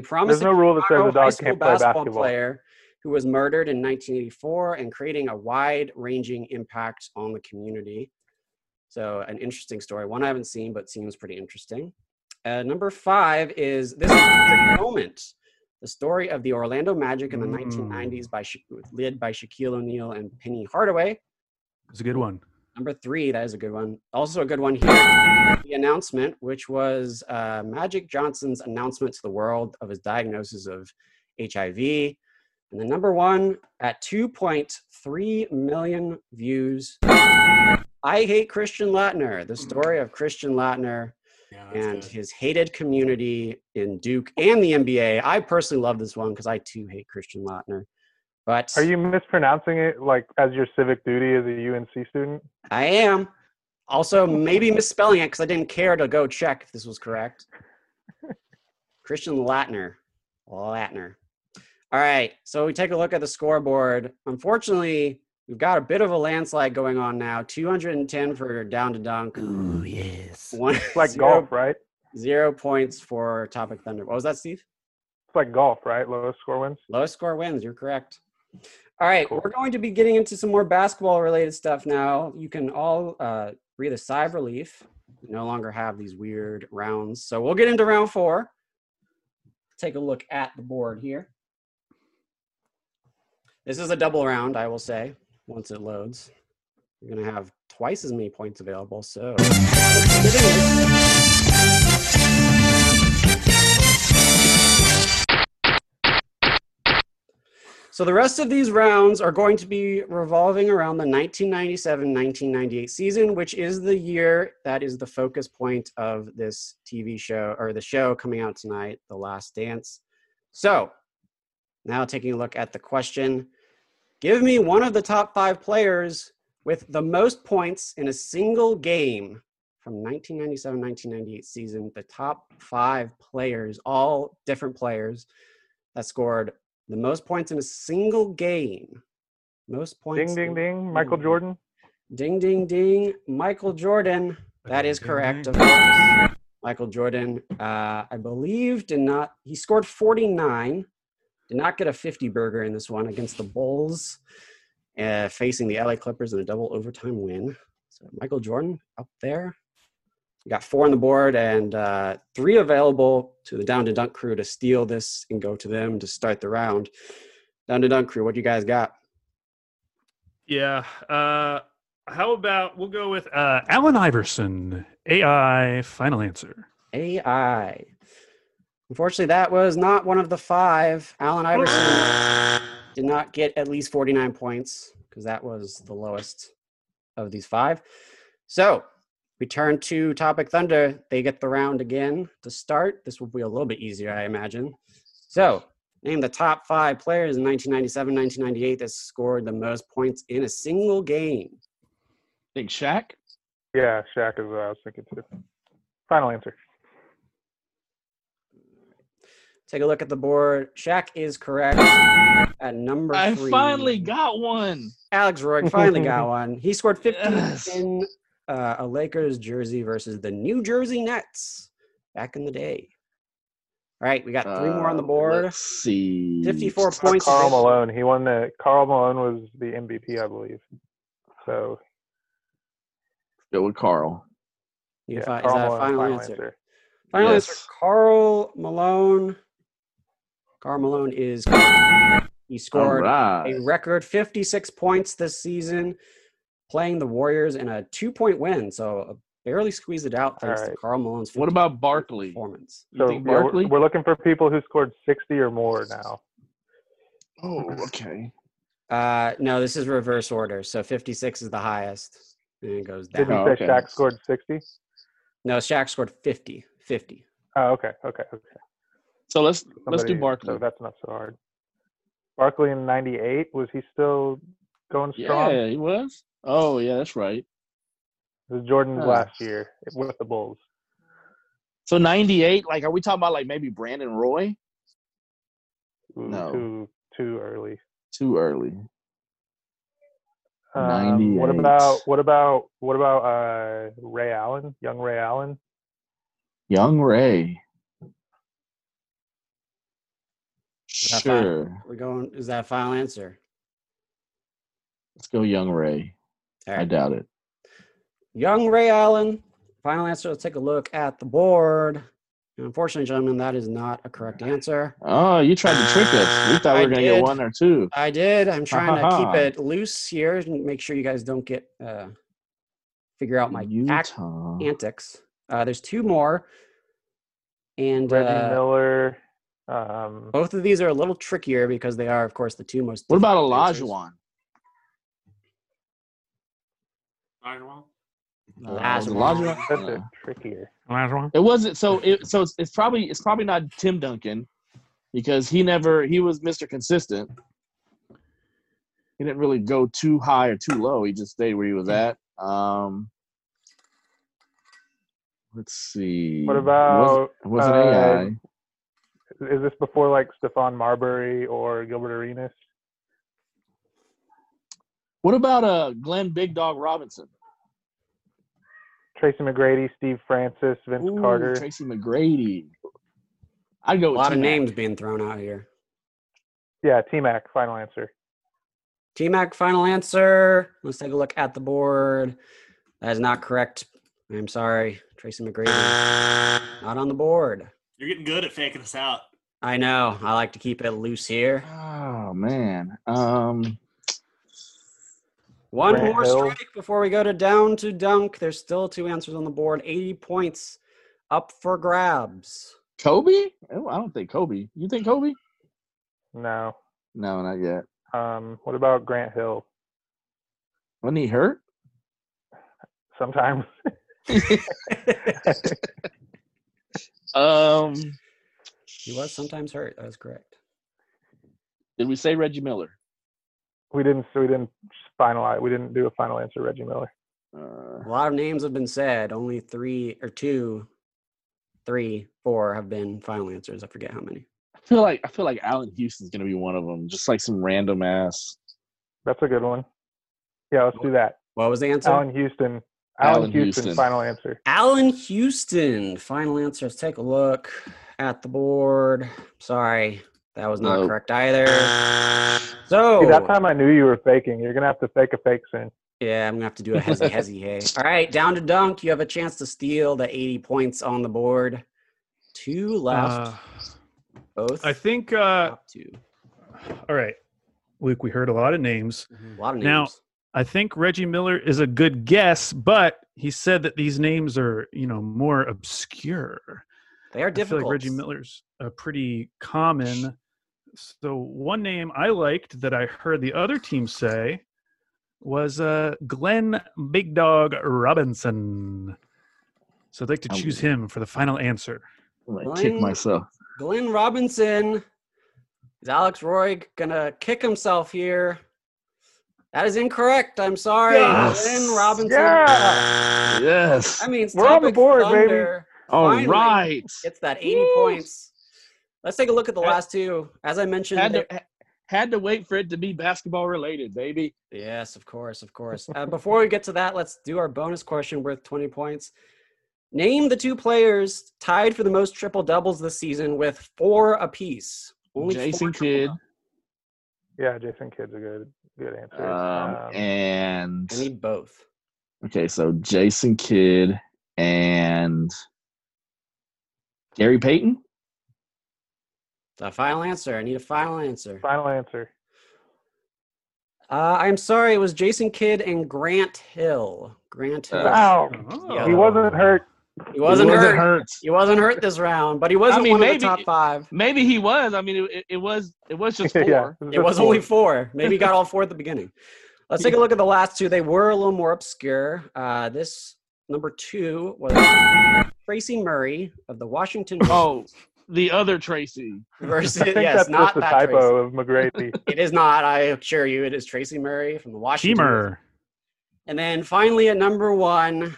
There's promising no rule that says Colorado a high dog school can't play basketball basketball. player who was murdered in 1984 and creating a wide-ranging impact on the community. So, an interesting story. One I haven't seen, but seems pretty interesting. Uh, number five is this Electric moment. The story of the Orlando Magic in the Mm. 1990s, by Sha- led by Shaquille O'Neal and Penny Hardaway. It's a good one. Number three, that is a good one. Also, a good one here the announcement, which was uh, Magic Johnson's announcement to the world of his diagnosis of HIV. And the number one at 2.3 million views. I hate Christian Latner, the story of Christian Latner Yeah, that's and good. his hated community in Duke and the NBA. I personally love this one because I too hate Christian Lautner. But Are you mispronouncing it like as your civic duty as a UNC student? I am also maybe misspelling it because I didn't care to go check if this was correct. Christian Latner. Latner. All right, so we take a look at the scoreboard. Unfortunately, we've got a bit of a landslide going on now. 210 for down to dunk. Ooh, yes. One, It's like zero- golf, right? zero points for Topic Thunder. What was that, Steve? It's like golf, right? Lowest score wins. Lowest score wins. You're correct. All right, we're going to be getting into some more basketball related stuff now. You can all uh, breathe a sigh of relief. We no longer have these weird rounds. So we'll get into round four. Take a look at the board here. This is a double round, I will say, once it loads. You're going to have twice as many points available. So. So the rest of these rounds are going to be revolving around the 1997-1998 season, which is the year that is the focus point of this TV show or the show coming out tonight, The Last Dance. So, now taking a look at the question, give me one of the top 5 players with the most points in a single game from 1997-1998 season, the top 5 players, all different players that scored the most points in a single game. Most points. Ding, ding, in- ding. Michael Jordan. Ding, ding, ding. Michael Jordan. That is Ding, correct. ding. Of course. Michael Jordan, uh, I believe, did not. He scored 49. Did not get a 50 burger in this one against the Bulls, uh, facing the LA Clippers in a double overtime win. So Michael Jordan up there. We got four on the board and uh, three available to the Down to Dunk crew to steal this and go to them to start the round. Down to Dunk crew, what you guys got? Yeah. Uh, how about we'll go with uh, Alan Iverson, AI final answer. AI. Unfortunately, that was not one of the five. Allen Iverson did not get at least 49 points because that was the lowest of these five. So we turn to Topic Thunder. They get the round again to start. This will be a little bit easier, I imagine. So name the top five players in 1997 1998 that scored the most points in a single game. think Shaq. Yeah, Shaq is what I was thinking too. Final answer. Take a look at the board. Shaq is correct at number I three. finally got one. Alex Roy finally got one. He scored 50 Yes. in uh, a Lakers jersey versus the New Jersey Nets back in the day. All right, we got three more on the Uh, board. Let's see. 54 Uh, points. Carl available. Malone. He won the. Carl Malone was the MVP, I believe. So Go with Carl. You yeah, fi- is Karl that a Malone, final, answer? Final answer. Yes. Carl Malone. Carl Malone is. He All scored right. a record 56 points this season, playing the Warriors in a two point win. So barely squeezed it out thanks to Alright. Carl Malone's. What 50 about Barkley? performance? You So yeah, think Barkley? we're, we're looking for people who scored 60 or more now. Oh, okay. Uh, no, this is reverse order. So 56 is the highest, and it goes Did down. you Oh, say okay. Shaq scored 60? No, Shaq scored 50. 50. Oh, okay, okay, okay. So let's let's Somebody- do Barkley. So that's not so hard. Barkley in '98 was he still going strong? yeah, he was. Oh, yeah, that's right. This is Jordan's Huh. last year with the Bulls. So '98, like, are we talking about like maybe Brandon Roy? Ooh, No. Too too early. Too early. Um, what 98. about what about what about uh, Ray Allen? Young Ray Allen. Young Ray. that fine? Sure. We're going. Is that a final answer? Let's go Young Ray. All I right. doubt it. Young Ray Allen. Final answer. Let's take a look at the board. And unfortunately, gentlemen, that is not a correct answer. Oh, you tried to trick us. We thought we Uh, I were going to did. get one or two. I did. I'm trying to keep ha. it loose here and make sure you guys don't get uh, figure out Uh, my act- Utah. antics. Uh, there's two more, and Reggie uh, Miller. Um, Both of these are a little trickier because they are, of course, the two most. What about difficult answers. Olajuwon? Iron Wall? Uh, was Olajuwon. Olajuwon? that's Yeah. a trickier. Last one. It wasn't so. It, so it's, it's probably it's probably not Tim Duncan because he never he was Mr. Consistent. He didn't really go too high or too low. He just stayed where he was Hmm. at. Um, let's see. What about It wasn't, it wasn't uh, AI. is this before like Stefan Marbury or Gilbert Arenas? What about uh Glenn Big Dog Robinson? Tracy McGrady, Steve Francis, Vince Ooh, Carter. Tracy McGrady. I'd go A with lot of T-Mac. names being thrown out here. yeah, T Mac, final answer. T Mac, final answer. Let's take a look at the board. That is not correct. I'm sorry. Tracy McGrady, not on the board. You're getting good at faking us out. I know. I like to keep it loose here. Oh man. Um One Grant more Hill. strike before we go to down to dunk. There's still two answers on the board. 80 points up for grabs. Kobe? Oh, I don't think Kobe. You think Kobe? No. No, not yet. Um, what about Grant Hill? Wasn't he hurt? Sometimes Um He was sometimes hurt. That is correct. did we say Reggie Miller? we didn't. So we didn't finalize. We didn't do a final answer. Reggie Miller. Uh, A lot of names have been said. Only three or two, three, four have been final answers. I forget how many. I feel like I feel like Allen Houston's gonna be one of them. Just like some random ass. That's a good one. Yeah, let's do that. What was the answer? Alan, Alan Houston. Alan, Allen Houston, Houston. Final answer. Houston. Final answer. Let's take a look at the board. Sorry, that was not Nope. correct either. So See, that time I knew you were faking. You're gonna have to fake a fake soon. Yeah, I'm gonna have to do a hezzy hezzy hey. All right, down to dunk. You have a chance to steal the 80 points on the board. Two left. Uh, both. I think. Uh, top two. all right, Luke. We heard a lot of names. A lot of names. now- I think Reggie Miller is a good guess, but he said that these names are you know more obscure. they are I feel difficult. like Reggie Miller's a pretty common. So one name I liked that I heard the other team say was uh, Glenn Big Dog Robinson. So I'd like to Oh. I choose would- him for the final answer. I'm gonna kick Glenn- myself. Glenn Robinson. Is Alex Roy gonna kick himself here? That is incorrect. I'm sorry. Yes. Glenn Robinson. Yeah, Yes. I mean, We're on the board, baby. Thunder. All right. finally. Gets that 80 Woo. points. Let's take a look at the Had- last two. As I mentioned, Had they- to ha- had to wait for it to be basketball related, baby. Yes, of course, of course. Uh, before we get to that, let's do our bonus question worth 20 points. Name the two players tied for the most triple doubles this season with four apiece. Only four Jason triple Kidd. doubles. yeah. Jason Kidd's a good, good answer. Um, Um, and I need both. okay, so Jason Kidd and Gary Payton. The final answer. I need a final answer. final answer. Uh, I'm sorry, it was Jason Kidd and Grant Hill. Grant Hill. Uh, Wow, he Oh. wasn't hurt. he wasn't, He hurt. He wasn't hurt this round, but he wasn't mean, one of maybe- the top five. Maybe he was. I mean, it, it was it was just four. yeah, It was only only four. Maybe you got all four at the beginning. Let's take a look at the last two. They were a little more obscure. Uh, this number two was Tracy Murray of the Washington Oh, the other Tracy. versus I think yes, that's not just a that Tracy. typo of McGrady. It is not. I assure you, it is Tracy Murray from the Washington. Teamer. And then finally at number one,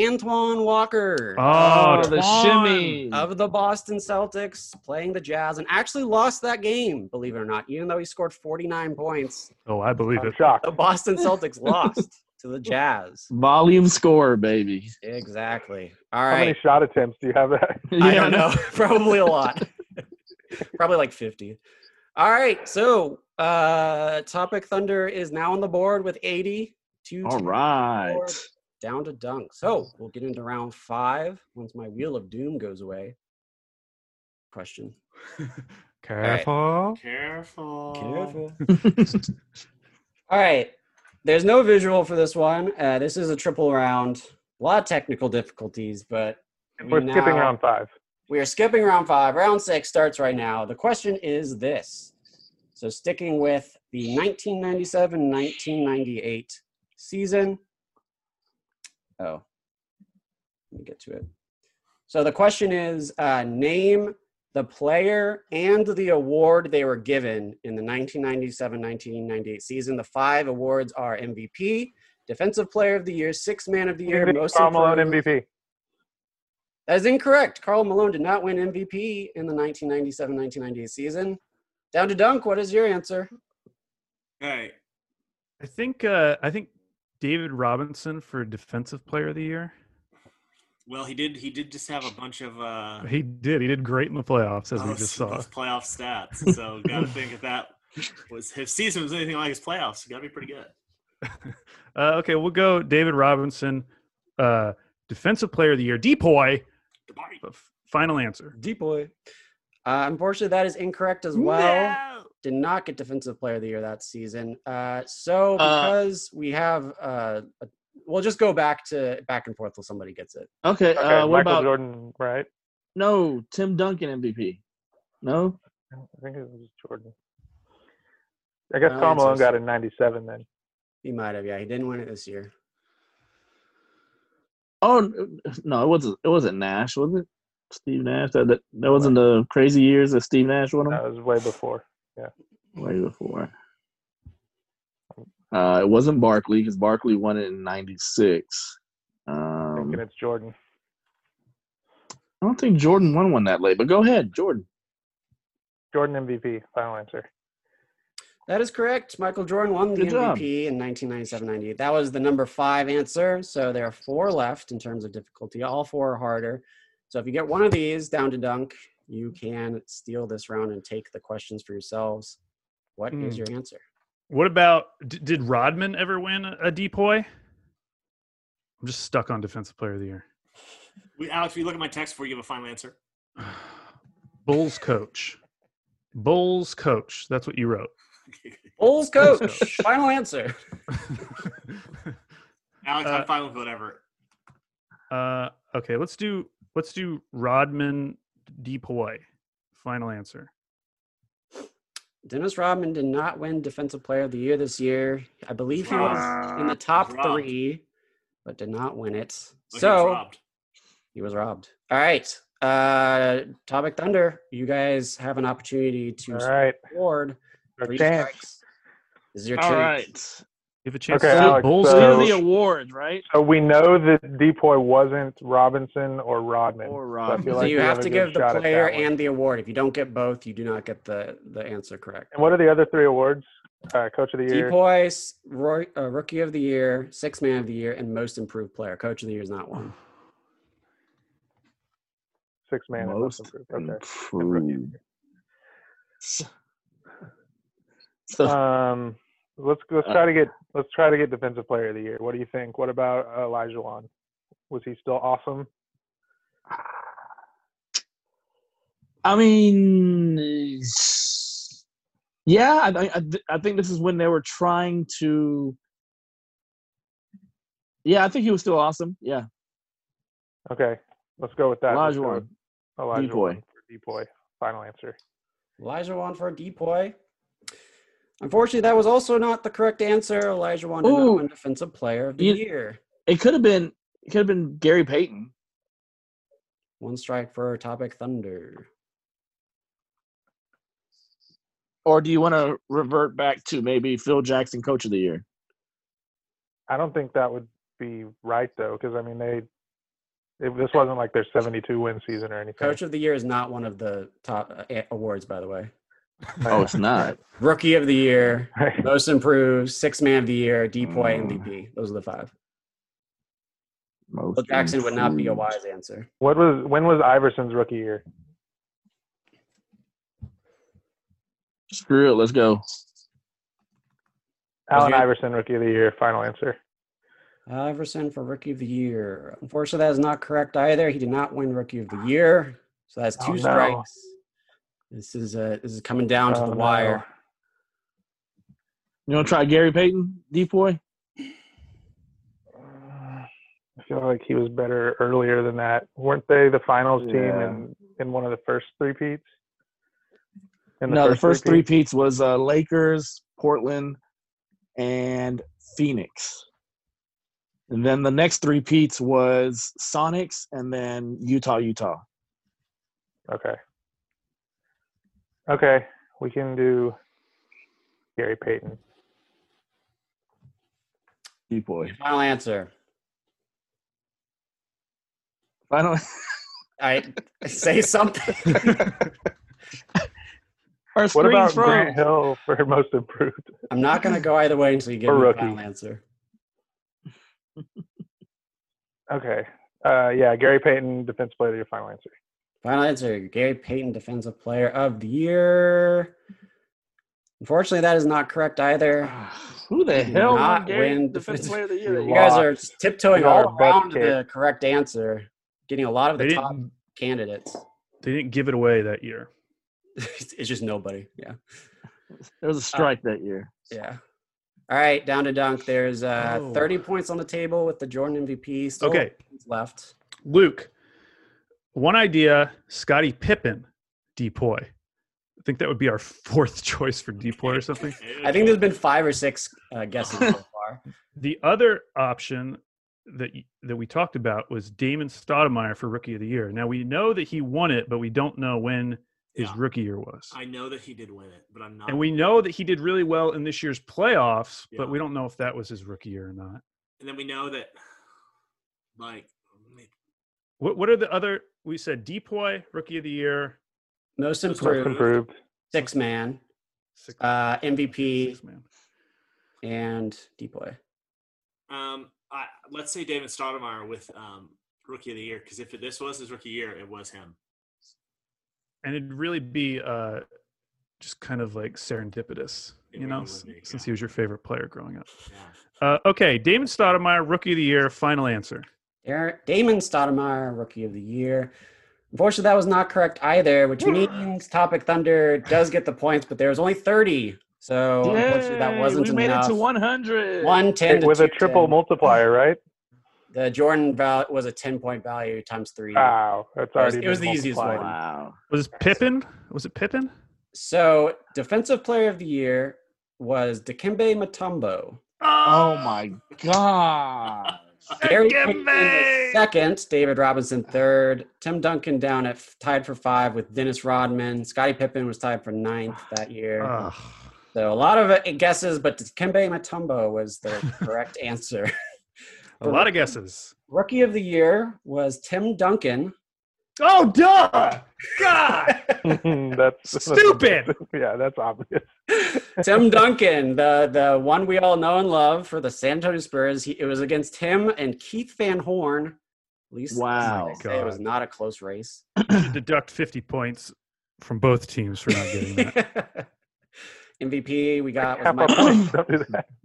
Antoine Walker. Oh, the Twan. shimmy. of the Boston Celtics playing the Jazz and actually lost that game, believe it or not, even though he scored 49 points. Oh, I believe I'm it. shocked. the Boston Celtics lost to the Jazz. Volume score, baby. Exactly. All How right. many shot attempts do you have? That I Yeah. don't know. Probably a lot. Probably like 50. All right. So, uh Topic Thunder is now on the board with 80. Two All to- right. down to dunk. So, we'll get into round 5 once my wheel of doom goes away. Question. Careful. Careful. All right. There's no visual for this one. Uh, this is a triple round. A lot of technical difficulties, but we we're skipping now- round five. We are skipping round five. Round six starts right now. The question is this. So, sticking with the 1997 1998 season. Oh, Let me get to it. So the question is uh, name the player and the award they were given in the 1997 1998 season. The five awards are MVP, Defensive Player of the Year, Six Man of the Year, Most Karl Malone Improved. MVP. That is incorrect. Carl Malone did not win MVP in the 1997 1998 season. Down to Dunk, what is your answer? All right. I think uh, I think David Robinson for Defensive Player of the Year. Well, he did. He did just have a bunch of uh, He did. He did great in the playoffs, as Oh, we those- just saw. those playoff stats. So gotta think if that was his season was anything like his playoffs, gotta be pretty good. Uh, okay, we'll go David Robinson, uh, Defensive Player of the Year, Depoy. Goodbye. F- Final answer. Deep boy. Uh, unfortunately, that is incorrect as well. Did not get Defensive Player of the Year that season. Uh, so Uh, because we have, uh, a, we'll just go back to back and forth till somebody gets it. Okay. Okay, uh, what Michael about Jordan, right? no Tim Duncan MVP? No. I think it was Jordan. I guess Uh, Karl it's Malone also- got it in '97 then. He might have, yeah. He didn't win it this year. Oh n- no, it wasn't. It wasn't Nash, was it? Steve Nash. That that, that wasn't the crazy years that Steve Nash Um, won them. That was way before. way before. Uh, it wasn't Barkley because Barkley won it in '96. Um, Thinking it's Jordan. I don't think Jordan won one that late, but go ahead, Jordan. Jordan MVP. Final answer. That is correct. Michael Jordan won the Good job. MVP in 1997-98. That was the number five answer. So there are four left in terms of difficulty. All four are harder. So if you get one of these down to dunk, you can steal this round and take the questions for yourselves. What is Hmm. your answer? What about d- did Rodman ever win a Depoy? I'm just stuck on Defensive Player of the Year. We, Alex, will you look at my text before you give a final answer? Bulls coach. Bulls coach. That's what you wrote. Bulls coach. Final answer. Alex, Uh, I'm fine with whatever. uh, okay, let's do let's do Rodman Depoy. Final answer. Dennis Rodman did not win Defensive Player of the Year this year. I believe he was in the Ah, top he's robbed. three, but did not win it. Like, he was so robbed. He was robbed. All right. Uh Topic Thunder, you guys have an opportunity to All right, award our three chance. strikes. This is your All treat. right. You have a chance Okay, to steal Alex, Bulls These are So- coach. the awards, right? So we know that Depoy wasn't Robinson or Rodman. So Or I Rob. feel So like you we have a to good give the shot at player that one. and the award. If you don't get both, you do not get the the answer correct. And what are the other three awards? Uh, Coach of the Year. Depoys, Roy, uh, Rookie of the Year, Six Man of the Year, and Most Improved Player. Coach of the Year is not one. Six man. and Most Okay. improved. So Um, let's let's Uh, try to get let's try to get defensive player of the year. What do you think? What about Elijah Wan? Was he still awesome? I mean, s- yeah, I, I- I, th- I think this is when they were trying to. Yeah, I think he was still awesome. Yeah, Okay, let's go with that. Let's go with Olajuwon. Elijah Depoy. Wan for Depoy. Final answer. Elijah Wan for a Depoy. Unfortunately, that was also not the correct answer. Elijah Wan did Ooh. not win Defensive Player of the You- Year. It could have been. It could have been Gary Payton. One strike for Topic Thunder. Or do you want to revert back to maybe Phil Jackson, Coach of the Year? I don't think that would be right though, because I mean they. It, this wasn't like their 72 win season or anything. Coach of the Year is not one of the top uh, a- awards, by the way. Oh, it's not. Rookie of the Year, Most Improved, Six Man of the Year, Depoy, Mm. MVP. Those are the five. Most Phil Jackson would not be a improved. wise answer. What was when was Iverson's rookie year? Screw it. Let's go. Allen your- Iverson rookie of the year. Final answer. Iverson for Rookie of the Year. Unfortunately, that is not correct either. He did not win Rookie of the Year, so that's Oh, two no. strikes. This is uh, this is coming down to Oh, the no. wire. You want to try Gary Payton, Depoy? I feel like he was better earlier than that. Weren't they the finals team Yeah. in, in one of the first three peats? No, the first three three-peat? peats was uh, Lakers, Portland, and Phoenix. And then the next three peats was Sonics and then Utah, Utah. Okay. Okay, we can do Gary Payton. Deep boy. Final answer. Final. I say something. Our What screen's about froze. Grant Hill for most improved? I'm not gonna go either way until you give Or me the rookie. final answer. Okay. Uh, yeah, Gary Payton, defense player, your final answer. Final answer: Gary Payton, Defensive Player of the Year. Unfortunately, that is not correct either. Who the Did hell not won Gary win Defensive defensive- Player of the Year? that You year? guys are tiptoeing We all all around lost it. the correct answer, getting a lot of They the top didn't, candidates. they didn't give it away that year. it's just nobody. Yeah. There was a strike that year. Yeah. All right, down to dunk. There's uh, Oh. 30 points on the table with the Jordan MVP. Still Okay. points left. Luke, one idea, Scotty Pippen, depoy. I think that would be our fourth choice for depoy or something. I think there's been five or six uh, guesses so far. The other option that y- that we talked about was Damon Stoudemire for Rookie of the Year. Now we know that he won it, but we don't know when his Yeah. rookie year was. I know that he did win it, but I'm not. And we know that he did really well in this year's playoffs, Yeah. but we don't know if that was his rookie year or not. And then we know that, like, What What are the other? We said Depoy, Rookie of the Year, Most Most Most improved, improved. six man, six, uh, MVP, six man. and Depoy. um, I, let's say David Stoudemire with um, Rookie of the Year, because if this was his rookie year, it was him. and it'd really be uh, just kind of like serendipitous, you It really know, would s- be, since yeah. he was your favorite player growing up. Yeah. Uh, okay, Damon Stoudemire, Rookie of the Year, final answer. Dar- Damon Stoudemire, Rookie of the Year. Unfortunately, that was not correct either, which Hmm. means Topic Thunder does get the points, but there was only 30. So unfortunately, that Yay, wasn't we made enough. it to 100. 110 to With a triple 210. multiplier, right? The Jordan val- was a 10 point value times three. Wow, that's was- already. it was been the easiest multiplied. one. Wow. Was it Pippen? Was it Pippen? So, Defensive Player of the Year was Dikembe Mutombo. Oh my God. Gary Dikembe! Pickton was second, David Robinson third, Tim Duncan down at tied for five with Dennis Rodman. Scottie Pippen was tied for ninth that year. Ah. Ugh. So a lot of uh, guesses, but Dikembe Mutombo was the correct answer. a lot of guesses. Rookie of the year was Tim Duncan. Oh, duh! God! that's that's- Stupid! yeah, that's obvious. Tim Duncan, the the one we all know and love for the San Antonio Spurs. He, it was against him and Keith Van Horn. At least, Wow. like I say, it was not a close race. Should deduct 50 points from both teams for not getting that. MVP we got was Half our Mike points, Don't do that.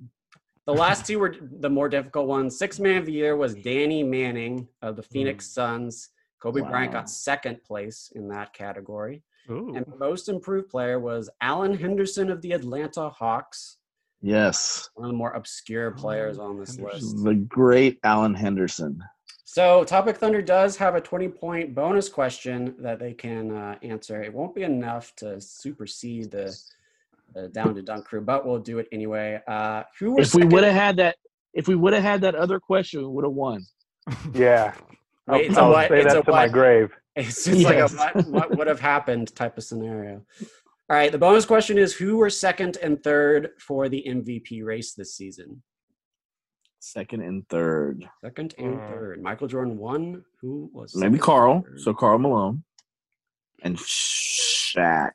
The last two were the more difficult ones. Six man of the year was Danny Manning of the Phoenix Suns. Kobe Bryant Mm. Wow. got second place in that category. Ooh. And most improved player was Allen Henderson of the Atlanta Hawks, Yes. one of the more obscure players on this list. The great Alan Henderson. So, Topic Thunder does have a 20 point bonus question that they can uh, answer. It won't be enough to supersede the, the down to dunk crew, but we'll do it anyway. Uh, who were If we second- would have had that, if we would have had that other question, we would have won. Yeah. I'll, Wait, it's a I'll what- say it's that a to my what? grave. It's just like Yes. a what, what would have happened type of scenario. All right, the bonus question is who were second and third for the MVP race this season? Second and third. Second and Mm. Hmm. third. Michael Jordan won. Who was Maybe second? Carl. So Carl Malone and Shaq.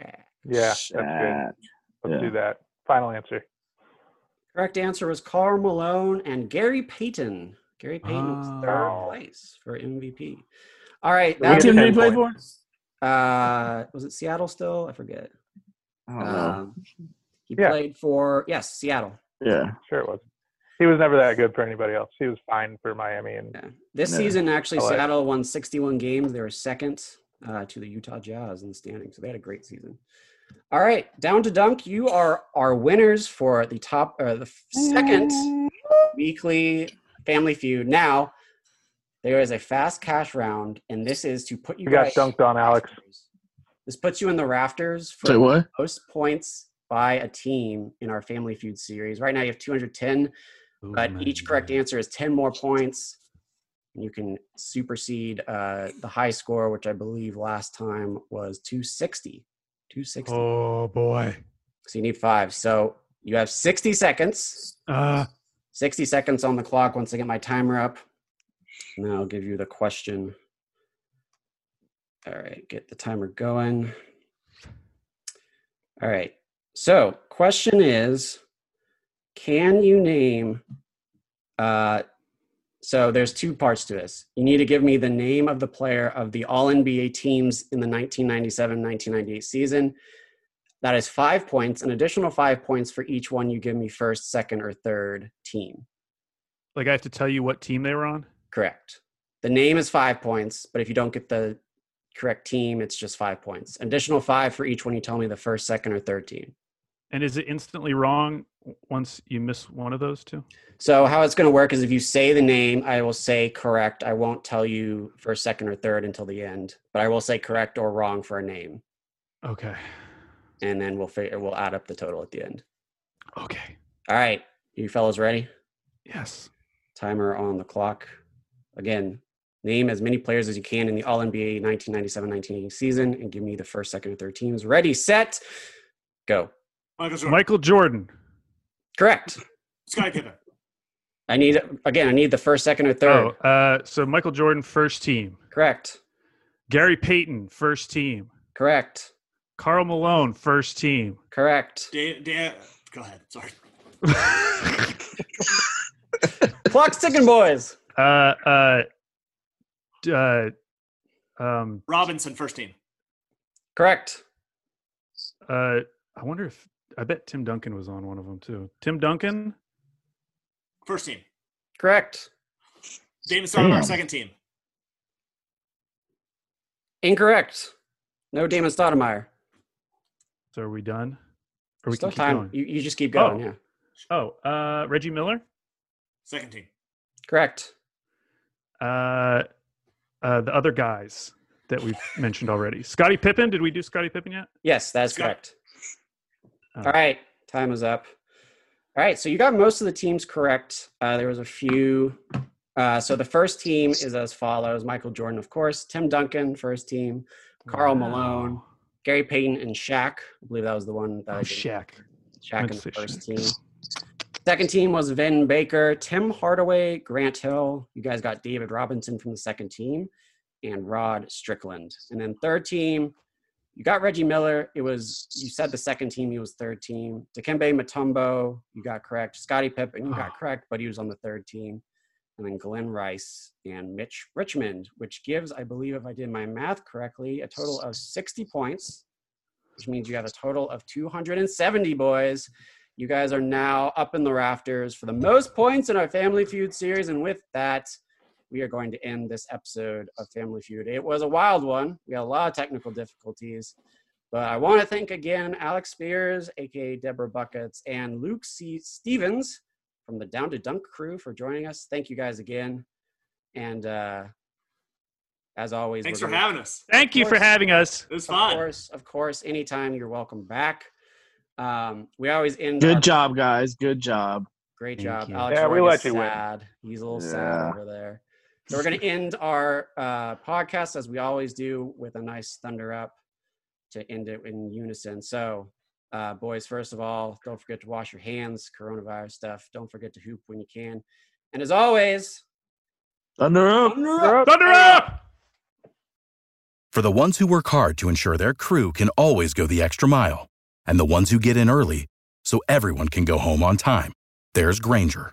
Yeah, that's good. Shaq. Let's yeah. do that. Final answer. Correct answer was Carl Malone and Gary Payton. Gary Payton was third Wow. place for MVP. All right, What that's team did he ten play for? points. Uh, was it Seattle still? I forget. I don't know. Um, he Yeah. played for yes, Seattle. Yeah. Sure, it was. He was never that good for anybody else. He was fine for Miami and Yeah. This Yeah. season, actually, I like- Seattle won 61 games. They were second uh, to the Utah Jazz in the standings, so they had a great season. All right, down to dunk. You are our winners for the top, uh, the f- second weekly Family Feud. Now there is a fast cash round, and this is to put you. we got guys- dunked on Alex. This puts you in the rafters for Say what? most points by a team in our Family Feud series. Right now, you have 210 but uh, each correct answer is 10 more points. You can supersede uh, the high score, which I believe last time was 260. 260. Oh boy. So you need five. So you have 60 seconds. Uh, 60 seconds on the clock once I get my timer up. And then I'll give you the question. All right, get the timer going. All right. So, question is can you name uh so there's two parts to this. You need to give me the name of the player of the all NBA teams in the 1997-1998 season. That is 5 points, an additional 5 points for each one you give me first, second or third team. like I have to tell you what team they were on. Correct. The name is 5 points, but if you don't get the correct team, it's just 5 points. Additional 5 for each one you tell me the first, second or third team. And is it instantly wrong w- once you miss one of those two? So how it's going to work is if you say the name, I will say correct. I won't tell you for second or third until the end, but I will say correct or wrong for a name, Okay. and then we'll figure we'll add up the total at the end. Okay. All right, you fellas ready? Yes. Timer on the clock. Again, name as many players as you can in the All NBA 1997-1980 season, and give me the first, second, or third teams. Ready, set, go. Michael Jordan, Michael Jordan. Correct. Sky Pippen, I need again. I need the first, second, or third. Oh, uh, so Michael Jordan first team. Correct. Gary Payton first team. Correct. Carl Malone first team. Correct. da- da- go ahead. Sorry, Clock's ticking, boys. Uh, uh, d- uh, um, Robinson, first team. Correct. uh, I wonder if I bet Tim Duncan was on one of them too. Tim Duncan. First team. Correct. Damon Stoudemire, Damn. second team. Incorrect. No Damon Stoudemire. So are we done? Or we Still can keep time. going. You, you just keep going. Oh. Yeah. Oh, uh, Reggie Miller. Second team. Correct. Uh, uh, the other guys that we've mentioned already. Scottie Pippen. Did we do Scottie Pippen yet? Yes, that is Scott- correct. Oh. All right. Time is up. All right. So you got most of the teams correct. Uh, there was a few. Uh, so the first team is as follows Michael Jordan, of course, Tim Duncan, first team, Carl Malone, Wow. Gary Payton, and Shaq. I believe that was the one that Oh, I did. Shaq. Shaq in Let's the say first Shaq. team. Second team was Vin Baker, Tim Hardaway, Grant Hill. You guys got David Robinson from the second team and Rod Strickland. And then third team, you got Reggie Miller. It was, you said the second team, he was third team. Dikembe Matumbo, you got correct. Scottie Pippen, you got correct, but he was on the third team. And then Glenn Rice and Mitch Richmond, which gives, I believe, if I did my math correctly, a total of 60 points, which means you have a total of 270, boys. You guys are now up in the rafters for the most points in our Family Feud series. And with that, we are going to end this episode of Family Feud. It was a wild one. We had a lot of technical difficulties. But I want to thank again Alex Spears, aka Deborah Buckets, and Luke C. Stevens from the Down to Dunk crew for joining us. Thank you guys again. And uh, as always, Thanks we're for gonna- having us. Thank you for course. having us. It was Of fun. course, of course, anytime you're welcome back. Um, we always end our- Good job, guys. Good job. Great Thank job, you. Alex. Yeah, we Roy let is you win. sad. He's a little Yeah. sad over there. So we're going to end our uh, podcast as we always do with a nice thunder up to end it in unison. So, uh, boys, first of all, don't forget to wash your hands. Coronavirus stuff. Don't forget to hoop when you can. And as always, Thunder up. Thunder uh, up! For the ones who work hard to ensure their crew can always go the extra mile, and the ones who get in early so everyone can go home on time, there's Granger,